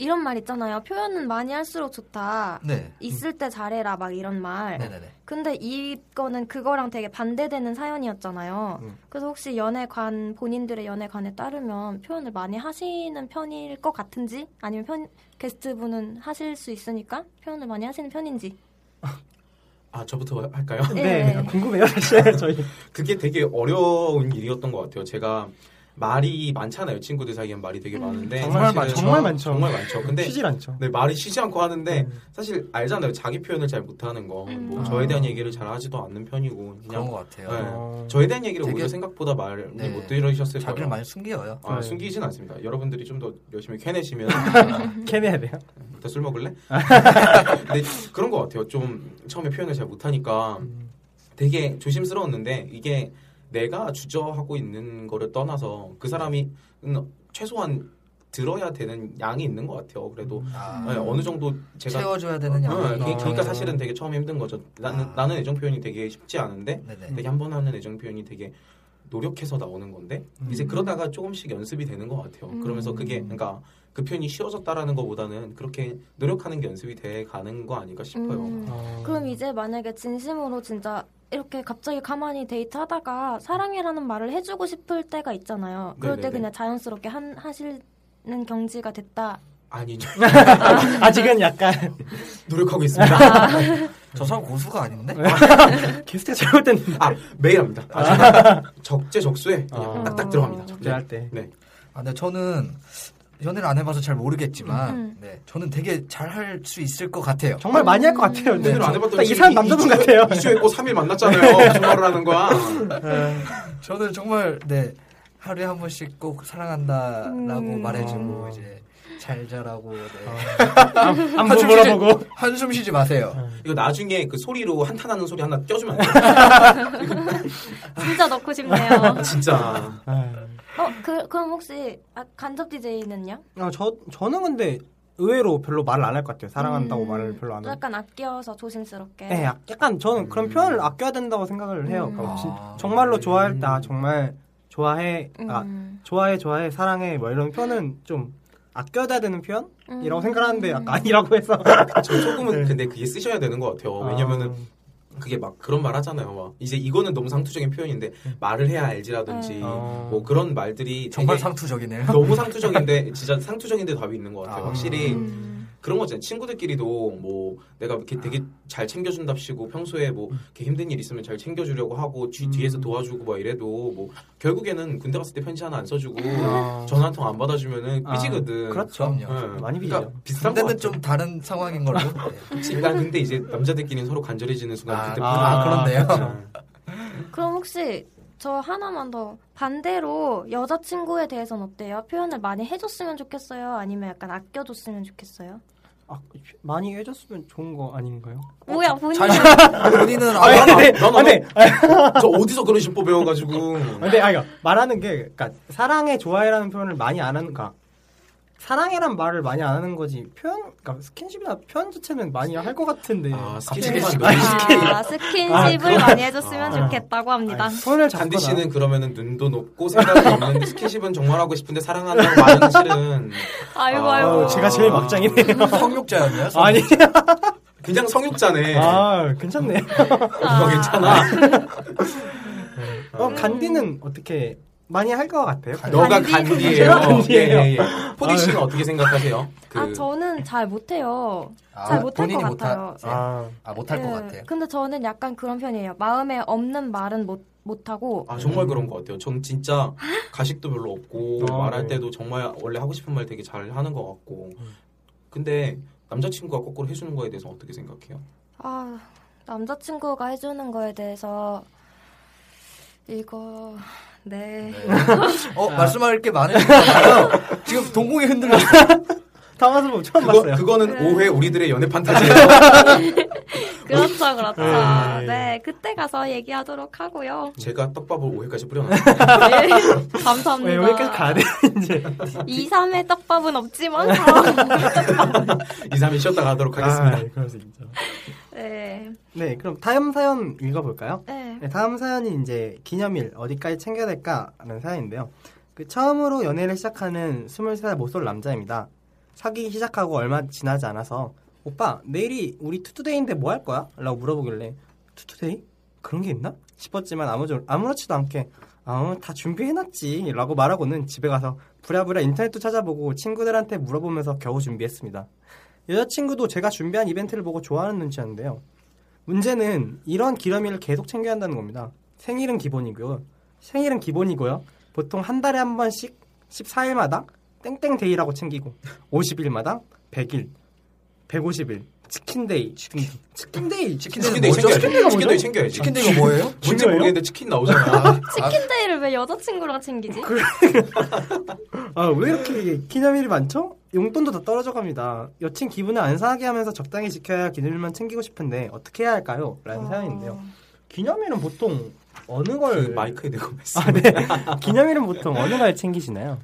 이런 말 있잖아요. 표현은 많이 할수록 좋다.
네.
있을 때 잘해라 막 이런 말.
네, 네, 네.
근데 이거는 그거랑 되게 반대되는 사연이었잖아요.
음.
그래서 혹시 연애관 본인들의 연애관에 따르면 표현을 많이 하시는 편일 것 같은지 아니면 편, 게스트분은 하실 수 있으니까 표현을 많이 하시는 편인지.
아 저부터 할까요?
네,
네.
궁금해요 사실 저희.
그게 되게 어려운 일이었던 것 같아요. 제가 말이 많잖아요. 친구들 사이엔 말이 되게
음.
많은데
정말 많죠.
사실은
정말 많죠.
정말 많죠. 근데
쉬질 않죠.
네, 말이 쉬지 않고 하는데
음.
사실 알잖아요. 자기 표현을 잘 못하는 거,
음.
뭐
아.
저에 대한 얘기를 잘 하지도 않는 편이고
그런
그냥
것 같아요.
네.
어.
저에 대한 얘기를
되게-
오히려 생각보다 말을
네.
못 들으셨을
자기를
거예요.
많이 숨겨요.
아,
네.
숨기진 않습니다. 여러분들이 좀 더 열심히 캐내시면
음.
캐내야 돼요.
더 술 먹을래? 근데 그런
음.
것 같아요. 좀 처음에 표현을 잘 못하니까 되게 조심스러웠는데 이게 내가 주저하고 있는 거를 떠나서 그 사람이 음, 최소한 들어야 되는 양이 있는 것 같아요. 그래도
아,
네, 어느 정도 제가
채워줘야 되는 양.
어, 그- 그러니까 사실은 되게 처음 힘든 거죠. 나는
아. 음.
나는 애정 표현이 되게 쉽지 않은데
네네.
되게 한 번 하는 애정 표현이 되게 노력해서 나오는 건데 이제 그러다가 조금씩 연습이 되는 것 같아요.
음.
그러면서 그게 그러니까 그 표현이 쉬워졌다라는 것보다는 그렇게 노력하는 게 연습이 돼 가는 거 아닐까 싶어요.
음. 그럼 이제 만약에 진심으로 진짜 이렇게 갑자기 가만히 데이트하다가 사랑해라는 말을 해주고 싶을 때가 있잖아요. 그럴 때
네네네.
그냥 자연스럽게 한, 하시는 경지가 됐다.
아니죠.
아직은
네.
약간
노력하고 있습니다.
저 사람 고수가 아닌데?
네.
게스트가 잘못됐는데
아 매일 합니다. 아, 정말 적재적소에 그냥
아.
딱딱 들어갑니다. 네.
제할 때.
아, 근데 저는 연애를 안 해봐서 잘 모르겠지만,
음.
네, 저는 되게 잘 할 수 있을 것 같아요.
정말 많이 할 것 같아요.
네,
근데
안 해봤더니
딱이 사람 남자분 같아요.
이주했고 3일 만났잖아요. 무슨 말을 하는 거야?
저는 정말 네 하루에 한 번씩 꼭 사랑한다라고
음.
말해주고
아.
이제 잘 자라고 네.
아.
한번 물어보고.
한숨 쉬지 마세요.
이거 나중에 그 소리로 한탄하는 소리 하나 껴주면 안
진짜 넣고 싶네요.
돼? 진짜.
어, 그, 그럼 혹시 아, 간접 DJ는요?
아, 저 저는 근데 의외로 별로 말을 안 할 것 같아요. 사랑한다고 말을 별로 안
음.
해요.
약간 아껴서 조심스럽게.
네, 약- 약간 저는 그런
음.
표현을 아껴야 된다고 생각을 해요.
음.
그러니까 진-
아.
정말로 좋아할
음.
때 아, 정말 좋아해, 아,
음.
좋아해, 좋아해, 사랑해 뭐 이런 표현은 좀 아껴야 되는
음.
표현이라고 생각하는데 아까 아니라고 해서
저 조금은 근데 그게 쓰셔야 되는 것 같아요. 왜냐면은 그게 막 그런 말 하잖아요. 막 이제 이거는 너무 상투적인 표현인데 말을 해야 알지라든지
아.
뭐 그런 말들이
정말
되게
상투적이네요.
너무 상투적인데 진짜 상투적인데 답이 있는 것 같아요.
아.
확실히
음.
그런 거잖아요. 친구들끼리도 뭐 내가 이렇게 되게 잘 챙겨준답시고 평소에 뭐 이렇게 힘든 일 있으면 잘 챙겨주려고 하고 뒤, 뒤에서 도와주고 막 이래도 뭐 결국에는 군대 갔을 때 편지 하나 안 써주고
아.
전화 한 통 안 받아주면은 삐지거든.
그렇죠.
그럼요.
예.
많이 삐지죠.
그러니까 비슷한 것
근데는
같아요.
좀 다른 상황인 걸로. 네.
그치? 난 근데 이제 남자들끼리는 서로 간절해지는 순간
아,
그때 그렇죠.
아, 그렇네요.
그럼 혹시 저 하나만 더 반대로 여자친구에 대해서는 어때요? 표현을 많이 해줬으면 좋겠어요? 아니면 약간 아껴줬으면 좋겠어요?
아, 많이 해줬으면 좋은 거 아닌가요?
뭐야 본인
잘 본인은 아,
아니, 근데,
나, 나, 나.
근데,
저 어디서 그런 심법 배워가지고
근데 아니, 말하는 게, 그러니까 사랑해, 좋아해라는 표현을 많이 안 하는, 그러니까 사랑해란 말을 많이 안 하는 거지 표현, 그러니까 스킨십이나 표현 자체는 많이 할 것 같은데
아,
갑자기
스킨십만
스킨-
너무
아, 스킨십을 많이 해줬으면 좋겠다고 합니다.
아니, 손을 잡거나
잔디 씨는 그러면은 눈도 높고 생각이 없는데 스킨십은 정말 하고 싶은데 사랑한다고 말하는 실은
아이고
아,
아이고.
아유, 제가 제일
그
막장이네요.
성욕자였나요? 성-
아니,
그냥 성욕자네.
아, 괜찮네.
이거 괜찮아.
어, 간디는 어떻게 많이 할 것 같아요?
너가
간디.
간디예요.
제가 간디예요.
예, 예, 예. 포디 씨는 어떻게 생각하세요? 그
아 저는 잘 못해요.
아,
잘 못할
본인이
것
못하-
같아요.
네. 아, 못할 것 같아요.
근데 저는 약간 그런 편이에요. 마음에 없는 말은 못 못하고
아 정말 그런 것 같아요. 전 진짜 가식도 별로 없고
아,
말할
네.
때도 정말 원래 하고 싶은 말 되게 잘 하는 것 같고 근데 남자친구가 거꾸로 해주는 거에 대해서 어떻게 생각해요?
아 남자친구가 해주는 거에 대해서 이거 네.
어 말씀할 게 많으시잖아요. 지금 동공이 흔들려.
당황스러워 처음
그거,
봤어요.
그거는
그래.
오해 우리들의 연애 판타지예요.
그렇죠, 그렇죠.
네.
네, 그때 가서 얘기하도록 하고요.
제가 떡밥을 오해까지 뿌려놨어요.
네,
왜 네, 여기까지
감사합니다.
가야 네. 돼 이제?
2, 3의 떡밥은 없지만 뭐. 사랑은 떡밥.
2, 3일 쉬었다 가도록 하겠습니다.
아, 그래서 진짜.
네,
네, 그럼 다음 사연 읽어볼까요?
네.
네, 다음 사연이 이제 기념일 어디까지 챙겨야 될까라는 사연인데요. 그 처음으로 연애를 시작하는 23살 모쏠 남자입니다. 사귀기 시작하고 얼마 지나지 않아서 오빠 내일이 우리 투투데이인데 뭐 할 거야? 라고 물어보길래 투투데이? 그런 게 있나? 싶었지만 아무, 아무렇지도 않게 아, 다 준비해놨지 라고 말하고는 집에 가서 부랴부랴 인터넷도 찾아보고 친구들한테 물어보면서 겨우 준비했습니다. 여자친구도 제가 준비한 이벤트를 보고 좋아하는 눈치였는데요. 문제는 이런 기념일을 계속 챙겨야 한다는 겁니다. 생일은 기본이고요. 생일은 기본이고요. 보통 한 달에 한 번씩 14일마다 땡땡데이라고 챙기고 50일마다 100일, 150일, 치킨데이, 치킨, 치킨데이,
치킨데이
뭐죠?
챙겨야지.
치킨데이가 뭐죠?
치킨데이 챙겨야지.
치킨데이가 뭐예요?
뭔지 모르겠는데 치킨 나오잖아.
치킨데이를 왜 여자친구랑 챙기지?
그, 아, 왜 이렇게 기념일이 많죠? 용돈도 다 떨어져 갑니다. 여친 기분을 안 상하게 하면서
아.
적당히 지켜야 기념일만 챙기고 싶은데 어떻게 해야 할까요? 라는 사연인데요. 기념일은 보통 어느
그
걸
마이크에 대고 말씀.
아, 네. 기념일은 보통 어느 날 챙기시나요?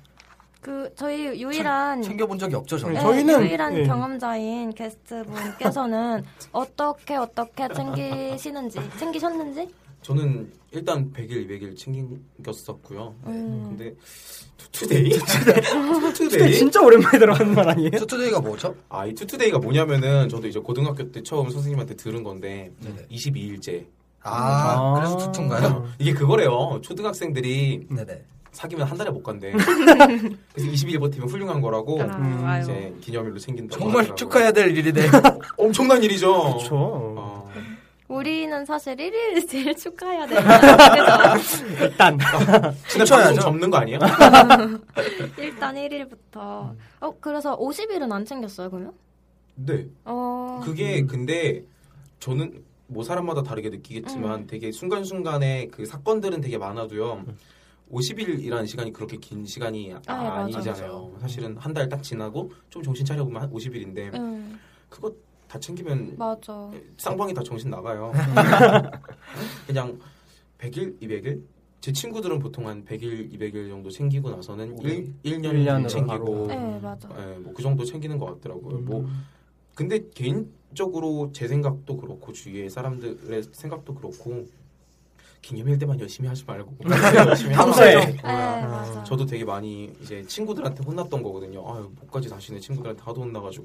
그 저희 유일한
챙겨본 적이 없죠, 저는.
네,
저희는-
유일한
예.
경험자인 게스트분께서는 어떻게 어떻게 챙기시는지 챙기셨는지
저는 일단 100일, 200일 챙겼었고요. 네.
음.
근데 투투데이?
네.
투투데이?
진짜 오랜만에 들어가는 말 아니에요?
네.
투투데이가 뭐죠?
아, 이 투투데이가 뭐냐면은 저도 이제 고등학교 때 처음 선생님한테 들은 건데
네네.
22일째.
아,
아.
그래서 투투인가요?
이게 그거래요. 초등학생들이
네네.
사귀면 한 달에 못 간대. 그래서 22일 버티면 훌륭한 거라고
음,
아유.
이제 기념일로 챙긴다고
정말
하더라고요.
축하해야 될 일이네.
엄청난 일이죠.
그렇죠.
어,
우리는 사실 1일 제일 축하해야 되잖아요. 그죠?
일단
근데
훔쳐야죠.
방송 접는 거 아니야?
일단
음.
1일부터. 어 그래서 50일은 안 챙겼어요 그러면?
네.
어.
그게 근데 저는 뭐 사람마다 다르게 느끼겠지만 되게 순간순간에 그 사건들은 되게 많아도요. 50일이라는 시간이 그렇게 긴 시간이
아,
아,
맞아,
니잖아요 사실은 한 달 딱 지나고 좀 정신 차려보면 한 50일인데
음,
그거 다 챙기면
맞아.
쌍방이 다 정신 나가요. 그냥 100일, 200일? 제 친구들은 보통 한 100일, 200일 정도 챙기고 나서는 일 1년
일 년으로
챙기고
바로.
네 맞아.
예, 뭐그 정도 챙기는 것 같더라고요. 뭐
음.
근데 개인적으로 제 생각도 그렇고 주위의 사람들의 생각도 그렇고 기념일 때만 열심히 하지 말고 열심히 하라.
평소에.
네 맞아.
음, 저도 되게 많이 이제 친구들한테 혼났던 거거든요. 아유 목까지 다시는 친구들한테 하도 혼나가지고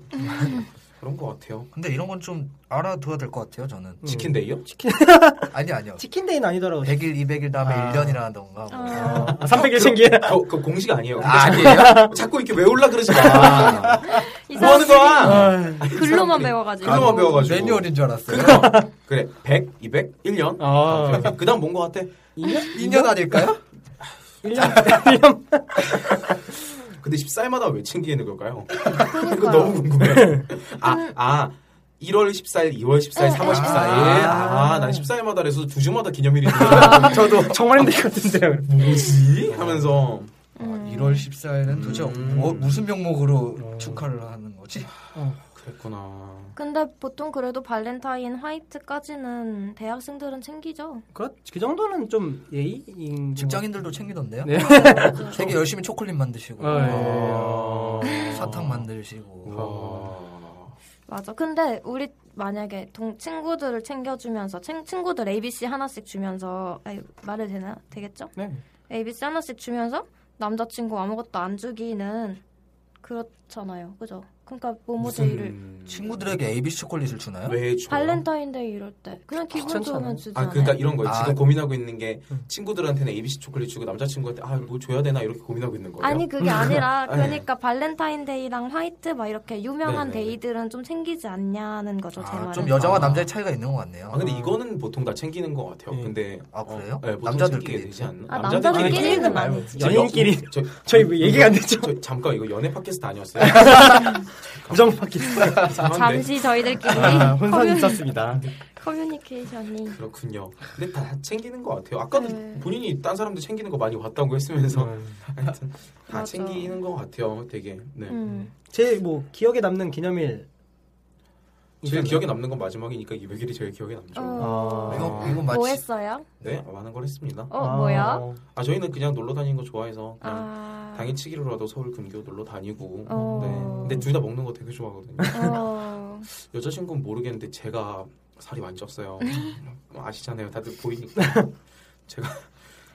그런 것 같아요.
근데 이런 건 좀 알아둬야 될 것 같아요, 저는.
음.
치킨데이요?
아니, 아니요.
치킨데이는 아니더라고요.
100일, 200일 다음에
아.
1년이라던가. 뭐.
아,
300일 챙기에
그, 그 공식 아니에요. 근데
아, 아니에요?
자꾸, 자꾸 이렇게 외울라 그러지 마.
이
뭐 하는 거야?
아, 글로만
사람들이-
배워가지고.
글로만 배워가지고.
아, 매뉴얼인 줄 알았어요.
그래 100, 200, 1년.
아.
그다음 뭔 것 같아?
2년 아닐까요?
1년
근데 14일마다 왜 챙기는 걸까요? 그거 너무
네.
궁금해. 아, 아. 1월 14일, 2월 14일, 3월 14일. 아, 난 14일마다 그래서 두 주마다 기념일이 있는데
아, 저도 정말 힘들 것 같은데요.
뭐지? 하면서
음.
아, 1월 14일은 도대체
음.
뭐- 무슨 명목으로 축하를 하는 거지?
그랬구나.
근데 보통 그래도 발렌타인 화이트까지는 대학생들은 챙기죠.
그, 그 정도는 좀 예의인
직장인들도 챙기던데요?
네.
되게 열심히 초콜릿 만드시고
아, 예.
사탕 만드시고
와.
맞아. 근데 우리 만약에 동 친구들을 챙겨주면서 친, 친구들 ABC 하나씩 주면서 아유, 말해도 되나 되겠죠?
네.
ABC 하나씩 주면서 남자친구 아무것도 안 주기는 그렇잖아요. 그죠? 그러니까 모모데이를
음,
친구들에게 ABC 초콜릿을 주나요?
왜 좋아?
발렌타인데이 이럴 때 그냥 기분 좋으면 주지
아,
않아요?
그러니까 이런 거예요.
아.
네.
지금 고민하고 있는 게
음.
친구들한테는 ABC 초콜릿 주고 남자친구한테 아, 뭐 줘야 되나 이렇게 고민하고 있는 거예요.
아니 그게 아니라
네.
그러니까 발렌타인데이랑 화이트 막 이렇게 유명한
네네.
데이들은 좀 챙기지 않냐는 거죠 제
아,
말은.
좀 여자와
아.
남자의 차이가 있는 것 같네요.
아,
음.
근데 이거는 보통 다 챙기는 것 같아요.
네.
근데
아, 그래요?
네, 보통
남자들끼리
챙기게
되지?
되지 않나?
아, 남자들끼리는
말고.
아니지.
저 여-
연인끼리.
저,
저희 뭐 얘기가 안 되죠.
저 잠깐 이거 연애 팟캐스트 아니었어요?
부정 파키스탄.
이상한데?
잠시 저희들끼리
아, 혼선이
커뮤니-
있었습니다.
커뮤니케이션이
그렇군요. 근데 다 챙기는 것 같아요. 아까도
네.
본인이 딴 사람들 챙기는 거 많이 봤다고
음.
했으면서 하여튼 다
맞아.
챙기는 것 같아요. 되게 네.
음.
제 뭐 기억에 남는 기념일.
제일 기억에 남는 건 마지막이니까 200일이 제일 기억에 남죠.
음. 어.
아.
이거 이거
뭐
마치
했어요?
네, 많은 걸 했습니다.
어 뭐야?
아 저희는 그냥 놀러 다니는 거 좋아해서
아
그냥 네. 당일치기로라도 서울 근교 놀러 다니고.
어.
네. 근데 둘 다 먹는 거 되게 좋아하거든요.
어.
여자친구는 모르겠는데 제가 살이 많이 쪘어요. 뭐 아시잖아요. 다들 보이니까. 제가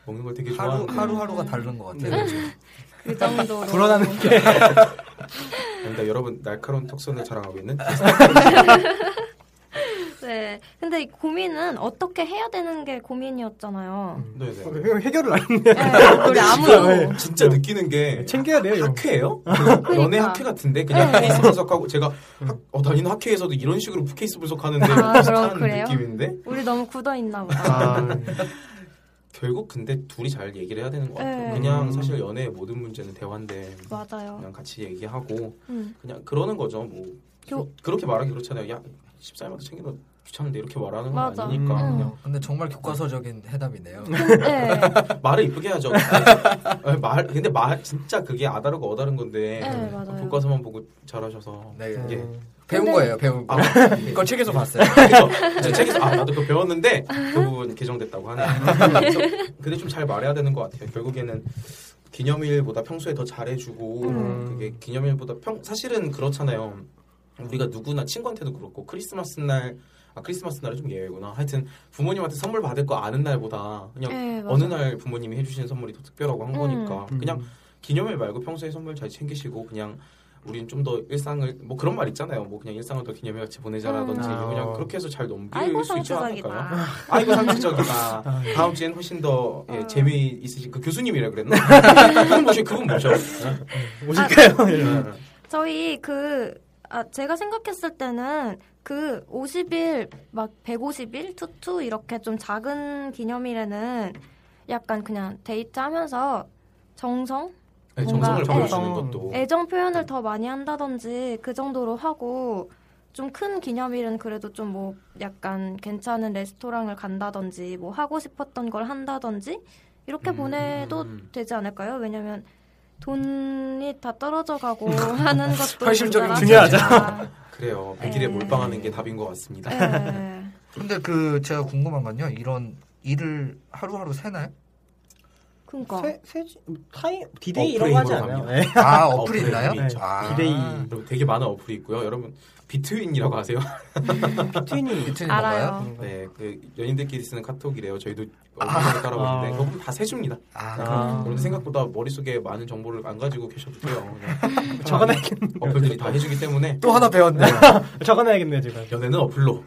먹는 걸 되게
하루
좋아하는데
하루하루가 다른 것 같아요. 그렇죠?
그 정도로
불어나는 게.
아닙니다. 여러분 날카로운 턱선을 자랑하고 있는
네. 근데 이 고민은 어떻게 해야 되는 게 고민이었잖아요.
네, 네.
해- 해결을 안 했네.
네, 우리 아무도
진짜 느끼는 게
챙겨야 돼요. 이거.
학회예요? 그 연애 학회 같은데 그냥
네.
케이스 분석하고 제가 학, 어, 다니는 학회에서도 이런 식으로 케이스 분석하는데
아,
비슷한
그럼 그래요?
느낌인데
우리 너무 굳어 있나 보다.
아,
결국 근데 둘이 잘 얘기를 해야 되는 것 같아요.
네.
음.
그냥 사실 연애의 모든 문제는 대화인데
맞아요.
그냥 같이 얘기하고
음.
그냥 그러는 거죠. 뭐
교-
그렇게 말하기 그렇잖아요. 야 14일마다 챙기는 거 귀찮은데 이렇게 말하는 건
맞아.
아니니까
음.
그냥
근데 정말 교과서적인 해답이네요.
네.
말을 이쁘게 해야죠. 네, 말 근데 말 진짜 그게 아다르고 어다른 건데
네, 맞아요.
교과서만 보고 잘하셔서
네.
이게
배운
근데-
거예요, 배운 거.
아,
이거 책에서 봤어요.
그래서 제 책에서 아 나도 그거 배웠는데 그 부분 개정됐다고 하네요. 그래서 근데 좀 잘 말해야 되는 것 같아요. 결국에는 기념일보다 평소에 더 잘해주고
음.
그게 기념일보다 평 사실은 그렇잖아요. 우리가 누구나 친구한테도 그렇고 크리스마스 날 아, 크리스마스 날은 좀 예외구나. 하여튼 부모님한테 선물 받을 거 아는 날보다 그냥
네, 맞아요.
어느 날 부모님이 해주시는 선물이 더 특별하고 한
음.
거니까 그냥 기념일 말고 평소에 선물 잘 챙기시고 그냥 우리는 좀 더 일상을 뭐 그런 말 있잖아요. 뭐 그냥 일상을 더 기념일 같이 보내자라든지
음.
그냥 그렇게 해서 잘 넘길
아이고
수 있지 않을까요?
상투적이다. 예.
아이고 상투적이다. 다음 주엔 훨씬 더 예,
음.
재미 있으신 그 교수님이라 그랬나? 그분 뭐죠? 그분 아. 뭐죠? 오실까요?
저희 그 아, 제가 생각했을 때는 그 50일 막 150일 투투 이렇게 좀 작은 기념일에는 약간 그냥 데이트 하면서 정성
네,
뭔가,
정성을
네.
보여주는 것도
애정 표현을 더 많이 한다든지 그 정도로 하고 좀 큰 기념일은 그래도 좀 뭐 약간 괜찮은 레스토랑을 간다든지 뭐 하고 싶었던 걸 한다든지 이렇게
음.
보내도 되지 않을까요? 왜냐면 돈이 다 떨어져 가고 하는 것도
현실적인
모자라니까.
그래요. 백일에
네.
몰빵하는 게 답인 것 같습니다.
예.
근데 그 제가 궁금한 건요. 이런 일을 하루하루 세나요?
그러니까
세, 세지 타임 디데이 이런
어플에
거 하지
이걸로
않아요?
갑니다.
네.
아, 어플이
어플이
있나요?
있죠.
아.
디데이
여러분 되게 많은 어플이 있고요. 여러분 비트윈이라고 아세요?
트윈이
비트인 건가요?
알아요.
네, 그 연인들끼리 쓰는 카톡이래요. 저희도 어, 얼마나 따라오는데
아.
그거 보면 다 세줍니다.
아,
아.
그런데 생각보다 머릿속에 많은 정보를 안 가지고 계셔도 돼요. 그냥 아,
적어놔야겠
어플들이 다 해주기 때문에
또 하나 배웠네.
적어놔야겠네요 지금.
연애는 어플로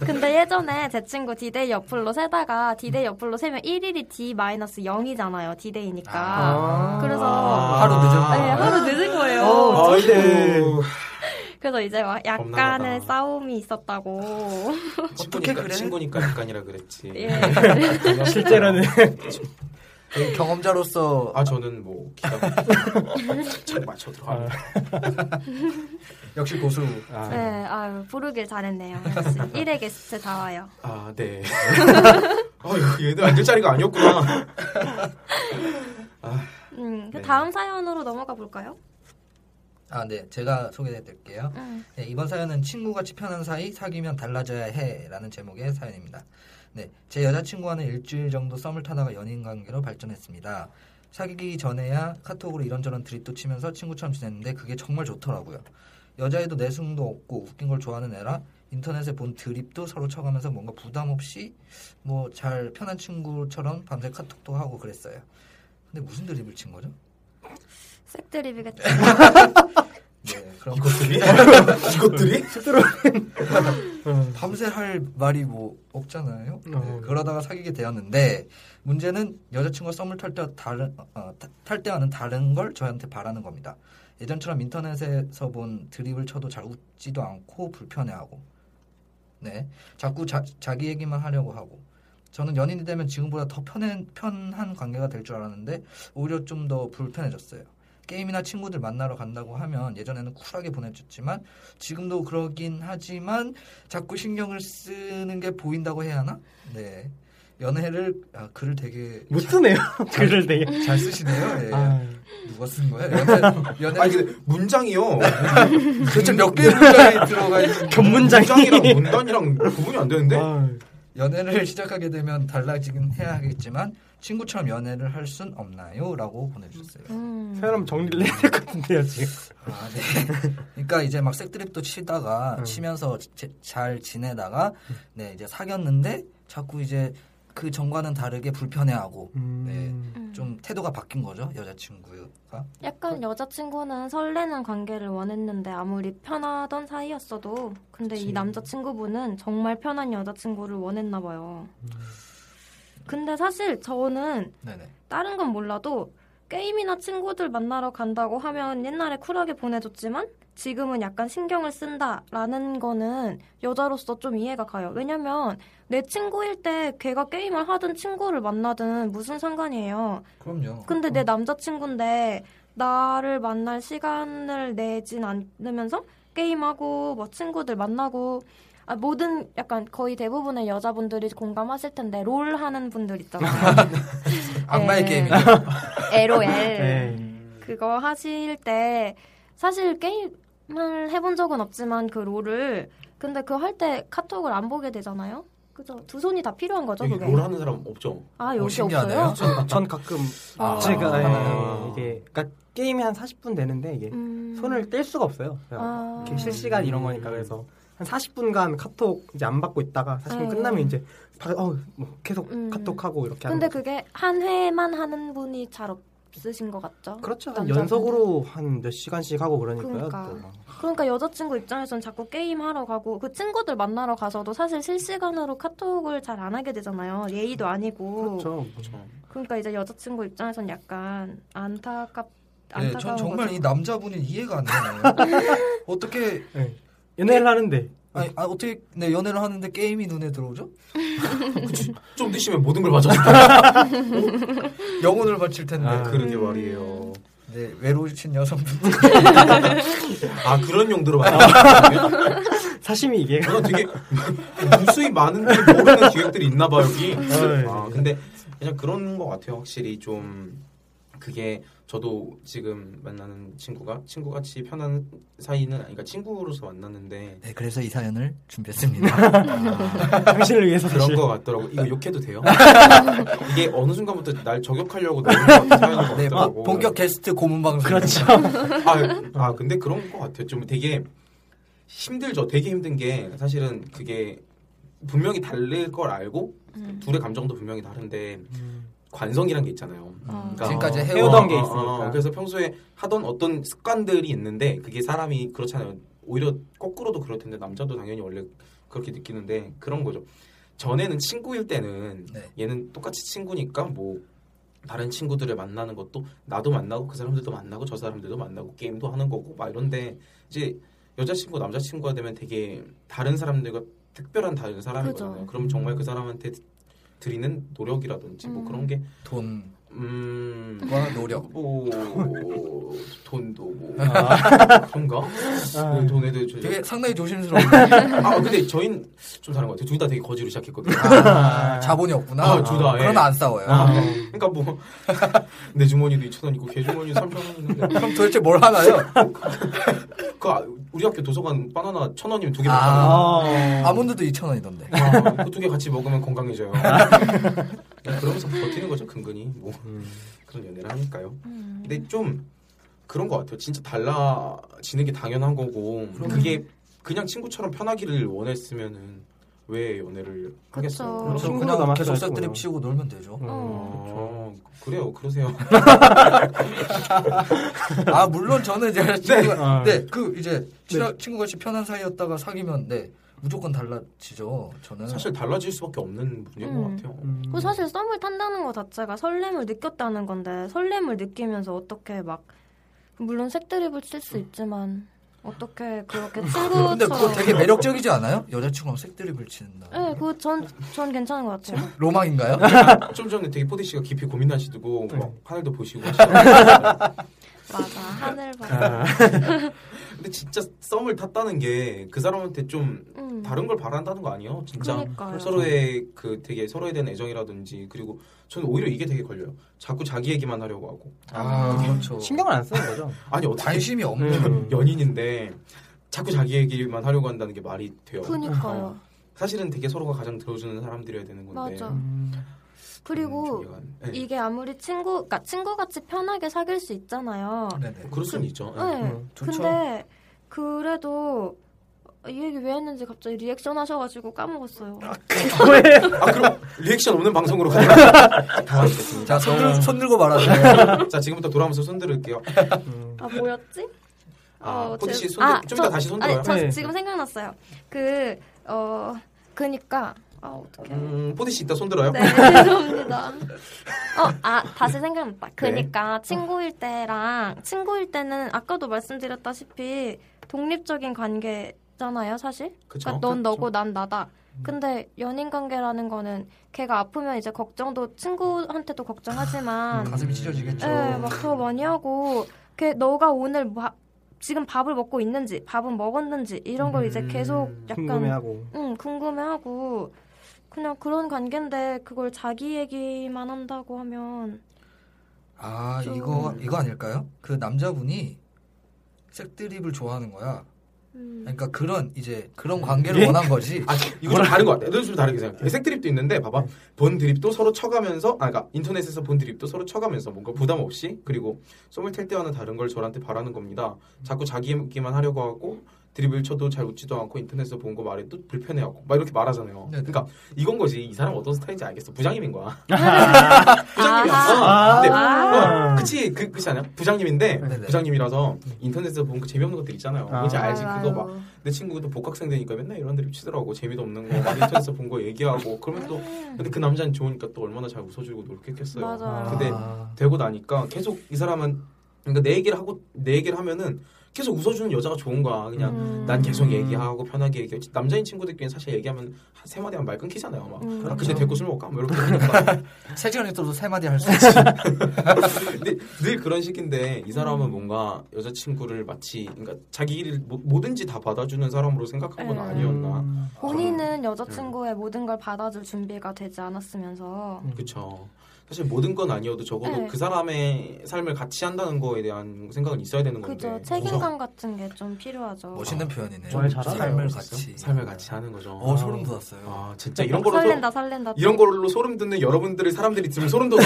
근데 예전에 제 친구 디데이 어플로 세다가 디데이 어플로 세면 1일이 D-0이잖아요. 디데이니까.
아.
그래서
하루 늦었다.
네, 하루 늦은 거예요.
어, 아, 아이고
그래서 이제 막
겁나다.
약간의 싸움이 있었다고.
어떻게
친구니까,
그래?
친구니까 약간이라 그랬지.
예.
실제로는
그 경험자로서
아 저는 뭐 기가 차에 맞춰
아.
들어갑니다.
역시 고수.
아,
네, 아유, 부르길 잘했네요. 역시. 1회 게스트 다 와요.
아 네. 아유 얘들 앉을 자리가 아니었구나.
음, 그
네.
다음 사연으로 넘어가 볼까요?
아, 네. 제가 소개해 드릴게요.
음.
네, 이번 사연은 친구같이 편한 사이 사귀면 달라져야 해라는 제목의 사연입니다. 네, 제 여자친구와는 일주일 정도 썸을 타다가 연인 관계로 발전했습니다. 사귀기 전에야 카톡으로 이런저런 드립도 치면서 친구처럼 지냈는데 그게 정말 좋더라고요. 여자애도 내숭도 없고 웃긴 걸 좋아하는 애라 인터넷에 본 드립도 서로 쳐가면서 뭔가 부담 없이 뭐 잘 편한 친구처럼 밤새 카톡도 하고 그랬어요. 근데 무슨 드립을 친 거죠?
색드립이겠죠.
네, 그럼
이것들이 이것들이
밤새 할 말이 뭐 음. 없잖아요. 네,
어.
그러다가 사귀게 되었는데 문제는 여자친구가 썸을 탈 때 다른 어, 타- 탈 때와는 다른 걸 저한테 바라는 겁니다. 예전처럼 인터넷에서 본 드립을 쳐도 잘 웃지도 않고 불편해하고, 네, 자꾸 자, 자기 얘기만 하려고 하고. 저는 연인이 되면 지금보다 더 편한, 편한 관계가 될 줄 알았는데 오히려 좀 더 불편해졌어요. 게임이나 친구들 만나러 간다고 하면 예전에는 쿨하게 보내줬지만 지금도 그러긴 하지만 자꾸 신경을 쓰는 게 보인다고 해야 하나? 네. 연애를 아, 글을 되게
못 쓰네요. 글을 되게.
잘 쓰시네요. 예.
아,
누가 쓴 거예요? 연애 연애
아니 근데 문장이요.
도대체 몇 개의 문장이 들어가 있는
견문장이.
문장이랑 문단이랑 구분이 안 되는데.
아,
연애를 시작하게 되면 달라지긴 해야 하겠지만 친구처럼 연애를 할 순 없나요?라고 보내주셨어요.
음.
사람 정리를 해야 될 것 같은데요 지금.
아, 네. 그러니까 이제 막 색드립도 치다가 치면서 지- 지- 잘 지내다가 네 이제 사귀었는데 자꾸 이제 그 전과는 다르게 불편해하고 네,
음.
음.
좀 태도가 바뀐 거죠 여자친구가.
그
약간 여자친구는 설레는 관계를 원했는데 아무리 편하던 사이였어도 근데 이 남자친구분은 정말 편한 여자친구를 원했나 봐요.
음.
근데 사실 저는
네네.
다른 건 몰라도 게임이나 친구들 만나러 간다고 하면 옛날에 쿨하게 보내줬지만 지금은 약간 신경을 쓴다라는 거는 여자로서 좀 이해가 가요. 왜냐면 내 친구일 때 걔가 게임을 하든 친구를 만나든 무슨 상관이에요.
그럼요.
근데 내 남자친구인데 나를 만날 시간을 내진 않으면서 게임하고 뭐 친구들 만나고 아, 모든 약간 거의 대부분의 여자분들이 공감하실 텐데 롤 하는 분들 있잖아요.
악마의
네.
게임이죠.
LOL
네.
그거 하실 때 사실 게임 을 해본 적은 없지만 그 롤을 근데 그거 할 때 카톡을 안 보게 되잖아요. 그죠? 두 손이 다 필요한 거죠,
여기
네.
그게.
롤 하는 사람 없죠?
아,
어,
여기
신기하네요.
없어요?
전 가끔
아.
제가
아.
예, 이게 그러니까 게임이 한 40분 되는데 이게
음.
손을 뗄 수가 없어요. 그냥
아.
이렇게 실시간 이런 거니까 그래서 한 40분간 카톡 이제 안 받고 있다가 40분
음.
끝나면 이제 바- 어, 뭐 계속
음.
카톡하고 이렇게 하는
근데
거
그게 한 회만 하는 분이 잘 없으신 것 같죠?
그렇죠.
남자분들.
연속으로 한 몇 시간씩 하고 그러니까요.
그러니까.
또.
그러니까 여자친구 입장에선 자꾸 게임하러 가고 그 친구들 만나러 가서도 사실 실시간으로 카톡을 잘 안 하게 되잖아요. 예의도 아니고.
그렇죠.
러니까 이제 여자친구 입장에선 약간 안타깝
네,
안타까운
전 정말
거죠.
이 남자분이 이해가 안 되네요. 어떻게
예. 연애를 하는데
아니, 아니, 어떻게 네, 연애를 하는데 게임이 눈에 들어오죠?
좀 드시면 모든 걸 맞았어요. 네,
영혼을 바칠 텐데.
아.
그러게
음.
말이에요.
네, 외로우신 여성분들.
아 그런 용도로 만들었어요.
사심이 이게
뭔가 되게 무수히 많은데 모르는 기획들이 있나 봐 여기.
네.
아 근데 그냥 그런 것 같아요. 확실히 좀 그게 저도 지금 만나는 친구가 친구같이 편한 사이는 아니 그러니까 친구로서 만났는데
네, 그래서 이 사연을 준비했습니다.
아, 당신을 위해서
그런
사실.
것 같더라고. 이거 욕해도 돼요? 이게 어느 순간부터 날 저격하려고 넣은 것 같은
아,
사연인 것
네, 뭐
같더라고.
본격 게스트 고문 방송.
그렇죠.
아, 아 근데 그런 것 같아요. 좀 되게 힘들죠. 되게 힘든 게 사실은 그게 분명히 다를 걸 알고
음.
둘의 감정도 분명히 다른데 관성이란 게 있잖아요.
어.
지금까지 해온-
해오던 게
어, 어,
있으니까.
어, 그래서 평소에 하던 어떤 습관들이 있는데 그게 사람이 그렇잖아요. 오히려 거꾸로도 그럴 텐데 남자도 당연히 원래 그렇게 느끼는데 그런 거죠. 전에는 친구일 때는
네.
얘는 똑같이 친구니까 뭐 다른 친구들을 만나는 것도 나도 만나고 그 사람들도 만나고 저 사람들도 만나고 게임도 하는 거고 막 이런데 이제 여자친구 남자친구가 되면 되게 다른 사람들과 특별한 다른 사람이거든요.
그죠.
그럼 정말 그 사람한테 드리는 노력이라든지 뭐
음.
그런 게
돈과
음.
노력.
뭐 돈도 뭐 그런가? 네, 돈에 대해 저-
아. 되게 상당히 조심스러운
아 근데 저희는 좀 다른 것 같아요. 둘 다 되게 거지로 시작했거든요.
아, 자본이 없구나.
아, 주다, 예.
그러면 안 싸워요.
아, 그러니까 뭐 내 주머니도 2천 원 있고 걔 주머니도 3천 원 있는데
그럼 도대체 뭘 하나요?
그 아, 우리 학교 도서관 바나나 천 원이면 두개 먹잖아요.
아,
아.
아몬드도 2,000원이던데.
그두 개 같이 먹으면 건강해져요. 그냥 그러면서 버티는 거죠 근근히 뭐 그런 연애를 하니까요.
음.
근데 좀 그런 것 같아요. 진짜 달라지는 게 당연한 거고
그럼요.
그게 그냥 친구처럼 편하기를 원했으면은 왜 연애를 하겠어요?
그렇죠.
친구로
그냥
남았어요,
계속 쌔드립
친구로.
치고 놀면 되죠.
음.
어, 그래요, 그러세요.
아, 물론 저는 제가 친구가,
아.
네, 그 이제 친하, 친구같이 편한 사이였다가 사귀면, 네, 무조건 달라지죠. 저는.
사실 달라질 수밖에 없는 분야인 것
음.
같아요.
그 사실 썸을 탄다는 것 자체가 설렘을 느꼈다는 건데 설렘을 느끼면서 어떻게 막 물론 색드립을 칠 수 있지만 어떻게 그렇게 친구처럼
근데 그거 되게 매력적이지 않아요? 여자친구랑 색드립을 치는다.
네, 그전전 괜찮은 것 같아요.
로망인가요?
좀 전에 되게 포디 씨가 깊이 고민하시고 막 하늘도 보시고.
맞아 하늘 봐.
근데 진짜 썸을 탔다는 게 그 사람한테 좀
음.
다른 걸 바란다는 거 아니에요? 진짜
그러니까요.
서로의 그 되게 서로에 대한 애정이라든지 그리고 저는 오히려 이게 되게 걸려요. 자꾸 자기 얘기만 하려고 하고
아, 그렇죠.
뭐 신경을 안 쓰는 거죠.
아니 어떻게
관심이 없는.
음.
연인인데 자꾸 자기 얘기만 하려고 한다는 게 말이 돼요.
그니까요.
사실은 되게 서로가 가장 들어주는 사람들이어야 되는 건데.
맞아.
음.
그리고
음, 좀 예.
이게 아무리 친구, 그러니까 친구같이 편하게 사귈 수 있잖아요.
네네.
그럴 수는 있죠. 예.
네.
음,
좋죠.
근데 그래도 이 얘기 왜 했는지 갑자기 리액션 하셔가지고 까먹었어요.
아 그럼 리액션 없는 방송으로 가자.
자, 손, 들, 손 들고 말하세요.
예. 자 지금부터 돌아오면서 손 들을게요.
아 뭐였지?
아,
어,
포디
제-
씨손 들- 좀 이따 다시 손 들어요. 예.
아니, 저
네.
지금 생각났어요. 그, 어, 그니까. 아, 어떡해.
음, 포디 씨 이따 손 들어요.
네, 죄송합니다. 어, 아, 다시
네.
생각났다.
어.
그니까, 친구일 때랑, 친구일 때는 아까도 말씀드렸다시피, 독립적인 관계잖아요, 사실?
그쵸.
그러니까 넌
그쵸. 음.
너고 난 나다. 근데 연인 관계라는 거는 걔가 아프면 이제 걱정도 친구한테도
음.
걱정하지만
가슴이 찢어지겠죠.
네.
예, 아, 막더 많이 하고 걔 너가 오늘 마- 지금 밥을 먹고 있는지 밥은 먹었는지 이런 걸 이제
음,
계속 약간
궁금해하고.
응, 궁금해하고 그냥 그런 관계인데 그걸 자기 얘기만 한다고 하면
아,
좀-
이거, 이거 아닐까요? 그 남자분이 색드립을 좋아하는 거야.
음.
그러니까 그런 이제 그런 관계를 원한 거지.
아, 이거 좀 다른 것 같아. 요좀 다르게 생각해. 회색 드립도 있는데, 봐봐. 본 드립도 서로 쳐가면서, 아, 그러니까 인터넷에서 본 드립도 서로 쳐가면서 뭔가 부담 없이, 그리고 썸을 탈 때와는 다른 걸 저한테 바라는 겁니다. 자꾸 자기만 하려고 하고, 드립을 쳐도 잘 웃지도 않고 인터넷에서 본 거 말에 또 불편해하고 막 이렇게 말하잖아요.
네네.
그러니까 이건 거지 이 사람 어떤 스타일인지 알겠어. 부장님인 거야. 啊
아하.
부장님이었어. 근데
아.
어, 그치 그 그렇지 않아? 부장님인데
네네.
부장님이라서 인터넷에서 본 그 재미없는 것들 있잖아요.
아.
뭔지 알지
아유,
그거 막
아유.
내 친구도 복학생 되니까 맨날 이런 드립 치더라고 재미도 없는 거 많이 인터넷에서 본 거 얘기하고 그러면 또 근데 그 남자는 좋으니까 또 얼마나 잘 웃어주고 노력했겠어요
네. 맞아요.
근데 되고 나니까 계속 이 사람은 그러니까 내 얘기를 하고 내 얘기를 하면은 계속 웃어주는 여자가 좋은 거야 그냥
음.
난 계속 얘기하고 편하게 얘기해 남자인 친구들끼리는 사실 얘기하면 한 세 마디 하면 말 끊기잖아요 막
음,
아, 근데
그렇죠.
데리고 술 먹을까? 뭐 이렇게 하니까.
세 시간이 들어도 세 마디 할 수 있지.
근데 늘 그런 식인데 이 사람은 뭔가 여자친구를 마치 그러니까 자기 일을 뭐- 뭐든지 다 받아주는 사람으로 생각한 건
음.
아니었나
본인은
네.
여자친구의 모든 걸 받아줄 준비가 되지 않았으면서
그렇죠. 사실 모든 건 아니어도 적어도
네.
그 사람의 삶을 같이 한다는 거에 대한 생각은 있어야 되는 건데.
그죠 책임감 같은 게 좀 필요하죠.
멋있는 표현이네.
말 잘하네요,
삶을
진짜.
같이.
삶을 같이 하는 거죠.
어 소름 돋았어요.
아, 진짜 이런 걸로
그러니까 설렌다 설렌다.
이런 걸로 소름 돋는 여러분들이 사람들이 지금 소름 돋아.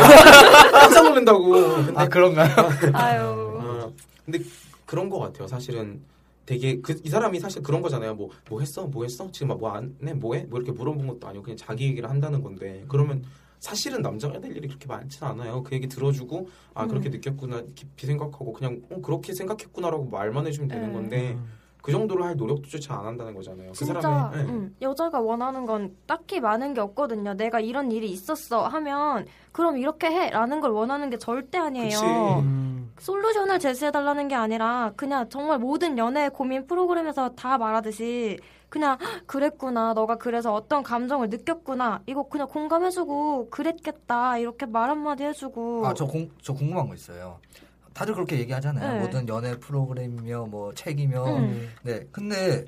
깜짝 놀란다고. 근데
아 그런가요?
아유.
어, 근데 그런 거 같아요. 사실은 되게 그 이 사람이 사실 그런 거잖아요. 뭐 뭐 했어? 뭐 했어? 지금 뭐안해 뭐해? 뭐 이렇게 물어본 것도 아니고 그냥 자기 얘기를 한다는 건데 그러면 사실은 남자가 해야 될 일이 그렇게 많진 않아요. 그 얘기 들어주고 아 그렇게
음.
느꼈구나 깊이 생각하고 그냥 어, 그렇게 생각했구나라고 말만 해주면 되는
음.
건데 그 정도로 할 노력조차 안 한다는 거잖아요. 그
진짜
사람의 네.
음, 여자가 원하는 건 딱히 많은 게 없거든요. 내가 이런 일이 있었어 하면 그럼 이렇게 해라는 걸 원하는 게 절대 아니에요.
그치.
음.
음. 솔루션을 제시해달라는 게 아니라 그냥 정말 모든 연애 고민 프로그램에서 다 말하듯이 그냥 "헉, 그랬구나 너가 그래서 어떤 감정을 느꼈구나 이거 그냥 공감해주고 그랬겠다 이렇게 말 한마디 해주고
아 저 공 저 궁금한 거 있어요. 다들 그렇게 얘기하잖아요.
네.
모든 연애 프로그램이며 뭐 책이며
음.
네. 근데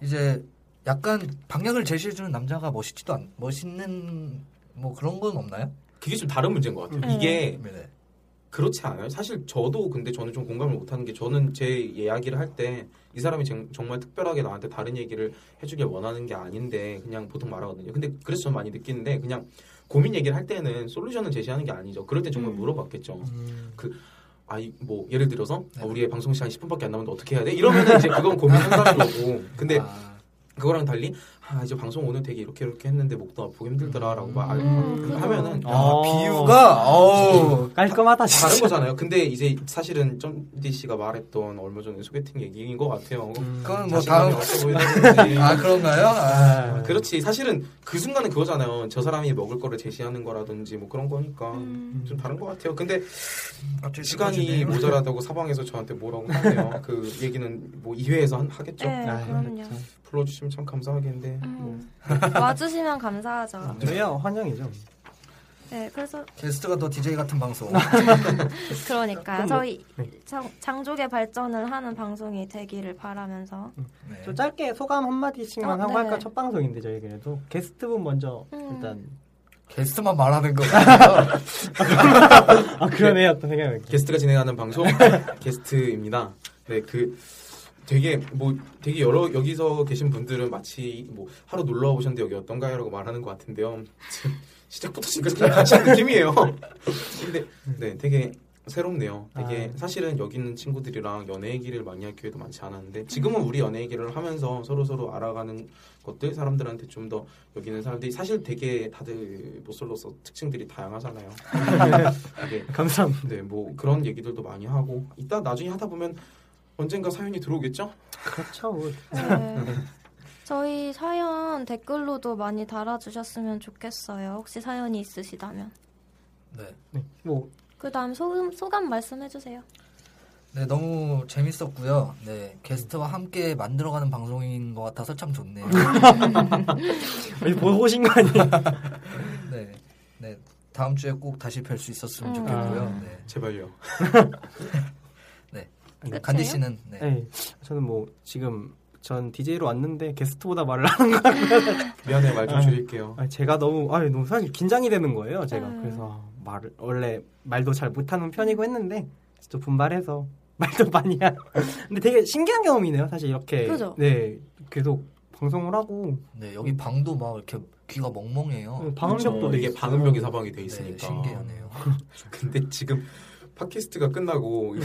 이제 약간 방향을 제시해주는 남자가 멋있지도 않, 멋있는 뭐 그런 건 없나요?
그게 좀 다른 문제인 것 같아요.
음.
이게
네.
그렇지 않아요. 사실 저도 근데 저는 좀 공감을 못하는 게 저는 제 이야기를 할 때 이 사람이 정- 정말 특별하게 나한테 다른 얘기를 해주길 원하는 게 아닌데 그냥 보통 말하거든요. 근데 그래서 저는 많이 느끼는데 그냥 고민 얘기를 할 때는 솔루션을 제시하는 게 아니죠. 그럴 때 정말
음.
물어봤겠죠. 그,
음.
아이 뭐 예를 들어서
네.
아, 우리의 방송 시간 10분밖에 안 남았는데 어떻게 해야 돼? 이러면 이제 그건 고민 상담인 거고. 근데
아,
그거랑 달리 아 이제 방송 오늘 되게 이렇게 이렇게 했는데 목도 아프고 힘들더라라고 막 알-
음, 그죠.
하면은
야,
아.
비유가 어우
깔끔하다 진짜.
다른 거잖아요. 근데 이제 사실은 점디 씨가 말했던 얼마 전에 소개팅 얘기인 것 같아요.
그건 뭐
자신감이
다음
없어 보이는
아
거지.
그런가요? 아.
아, 그렇지. 사실은 그 순간은 그거잖아요. 저 사람이 먹을 거를 제시하는 거라든지 뭐 그런 거니까
음.
좀 다른 것 같아요. 근데
갑자기
시간이 뭐-
슬퍼지네요.
모자라다고 사방에서 저한테 뭐라고 하네요. 그 얘기는 뭐 2회에서 한- 하겠죠.
네
아,
그럼요
그렇죠. 불러주시면 참 감사하겠는데. 뭐.
음. 와주시면
아,
감사하죠
저희야 환영이죠.
네 그래서
게스트가 더 DJ 같은 방송.
그러니까
그럼 뭐-
저희
네.
장, 장족의 발전을 하는 방송이 되기를 바라면서
네.
좀 짧게 소감 한 마디씩만
어,
하고
네.
할까 첫 방송인데 저희 그래도 게스트분 먼저
음.
일단
게스트만 말하는 거. 같아요.
아 그러네요 또 생각해.
게스트가 진행하는 방송 게스트입니다. 네, 그 되게 뭐 되게 여러 여기서 계신 분들은 마치 뭐 하루 놀러 와 보셨는데 여기 어떤가요라고 말하는 것 같은데요. 지금 시작부터 지금까지 그냥 같이 한 느낌이에요. 근데 네, 되게 새롭네요. 되게 사실은 여기 있는 친구들이랑 연애 얘기를 많이 할 기회도 많지 않았는데 지금은 우리 연애 얘기를 하면서 서로 서로 알아가는 것들 사람들한테 좀 더 여기 있는 사람들이 사실 되게 다들 모쏠로서 특징들이 다양하잖아요. 이게
감사합니다.
네, 뭐 그런 얘기들도 많이 하고 이따 나중에 하다 보면 언젠가 사연이 들어오겠죠?
그렇죠. 뭐.
네. 저희 사연 댓글로도 많이 달아주셨으면 좋겠어요 혹시 사연이 있으시다면
네.
네. 뭐
그 다음 소감, 소감 말씀해주세요.
네, 너무 재밌었고요. 네, 게스트와 함께 만들어가는 방송인 것 같아서 참
음.
좋네요.
아니, 보고 오신 거 아니에요?
네, 네, 다음 주에 꼭 다시 뵐 수 있었으면
음.
좋겠고요. 네.
제발요.
끝이에요?
간디 씨는 네.
네. 저는 뭐 지금 전 DJ로 왔는데 게스트보다 말을 안
미안해 말 좀
아.
줄일게요.
아, 제가 너무 아 너무 사실 긴장이 되는 거예요. 제가
음.
그래서 말을 원래 말도 잘 못하는 편이고 했는데 또 분발해서 말도 많이 한. 근데 되게 신기한 경험이네요. 사실 이렇게
그죠?
네 계속 방송을 하고
네, 여기 방도 막 이렇게 귀가 멍멍해요.
어, 방음벽도
이게
되게
방음벽이 사방이 돼
네,
있으니까.
신기하네요.
근데 지금 팟캐스트가 끝나고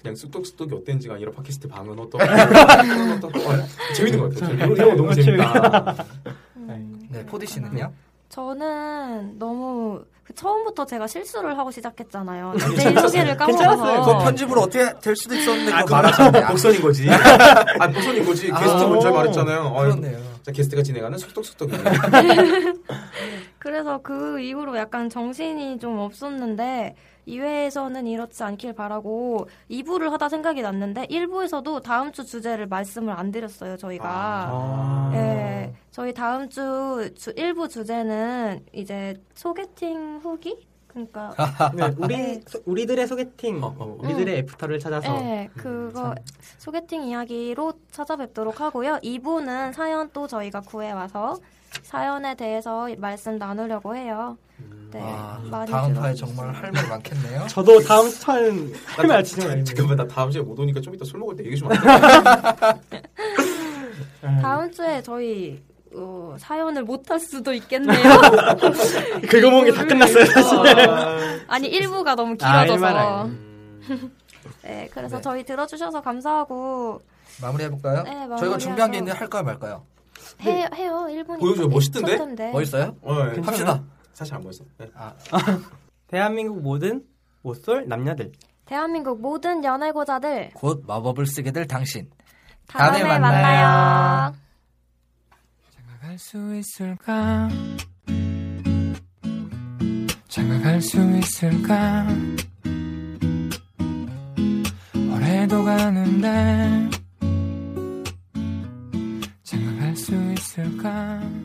그냥 쑥덕쑥덕이 어땠는지가 아니라 팟캐스트 방은 어떠고 방은 어떠고 아, 재밌는 것 같아요. 이거 이거 너무 재밌다.
음.
네, 포디 씨는요?
저는 너무 그 처음부터 제가 실수를 하고 시작했잖아요. 제 소개를
그거
까먹어서. 아,
편집으로 어떻게 될 수도 있었는데 그거 말하셨네요.
목선인 거지. 아 목선인 거지. 게스트
아,
먼저 말했잖아요. 아,
그렇네요.
자 게스트가 진행하는 쑥덕쑥덕입니다.
그래서 그 이후로 약간 정신이 좀 없었는데 2회에서는 이렇지 않길 바라고 2부를 하다 생각이 났는데 1부에서도 다음 주 주제를 말씀을 안 드렸어요, 저희가.
아.
예, 저희 다음 주, 주 일부 주제는 이제 소개팅 후기? 그러니까
아,
네, 우리 소- 우리들의 소개팅,
어, 어, 어.
우리들의 애프터를 찾아서
예,
음,
그거
참.
소개팅 이야기로 찾아뵙도록 하고요. 2부는 사연 또 저희가 구해 와서 사연에 대해서 말씀 나누려고 해요. 네,
와,
많이
음, 아, 다음
들어-
화에 정말 할 말 많겠네요.
저도 다음 아, 차는 할말 진짜 많이
잠깐만 나 다음 주에 못 오니까 좀 이따 술 먹을 때 얘기 좀 할까?
다음 주에 저희 어, 사연을 못 할 수도 있겠네요. 아,
긁어본 게 다 끝났어요 사실.
아니 1부가 너무
아,
길어져서.
일만하게.
네, 그래서
네.
저희 들어주셔서 감사하고
마무리해 볼까요?
네,
저희가
마무리하죠.
준비한 게 있는데 할까요, 말까요? 뭐
해, 해요 1분이
네. 보여줘요. 멋있던데?
네.
멋있어요?
어, 예.
합시다.
사실 안 보였어. 네.
대한민국 모든 모쏠 남녀들
대한민국 모든 연애고자들
곧 마법을 쓰게 될 당신.
다음에,
다음에
만나요.
만나요.
장가갈 수 있을까? 장가갈 수 있을까? 올해도 가는데 장가갈 수 있을까?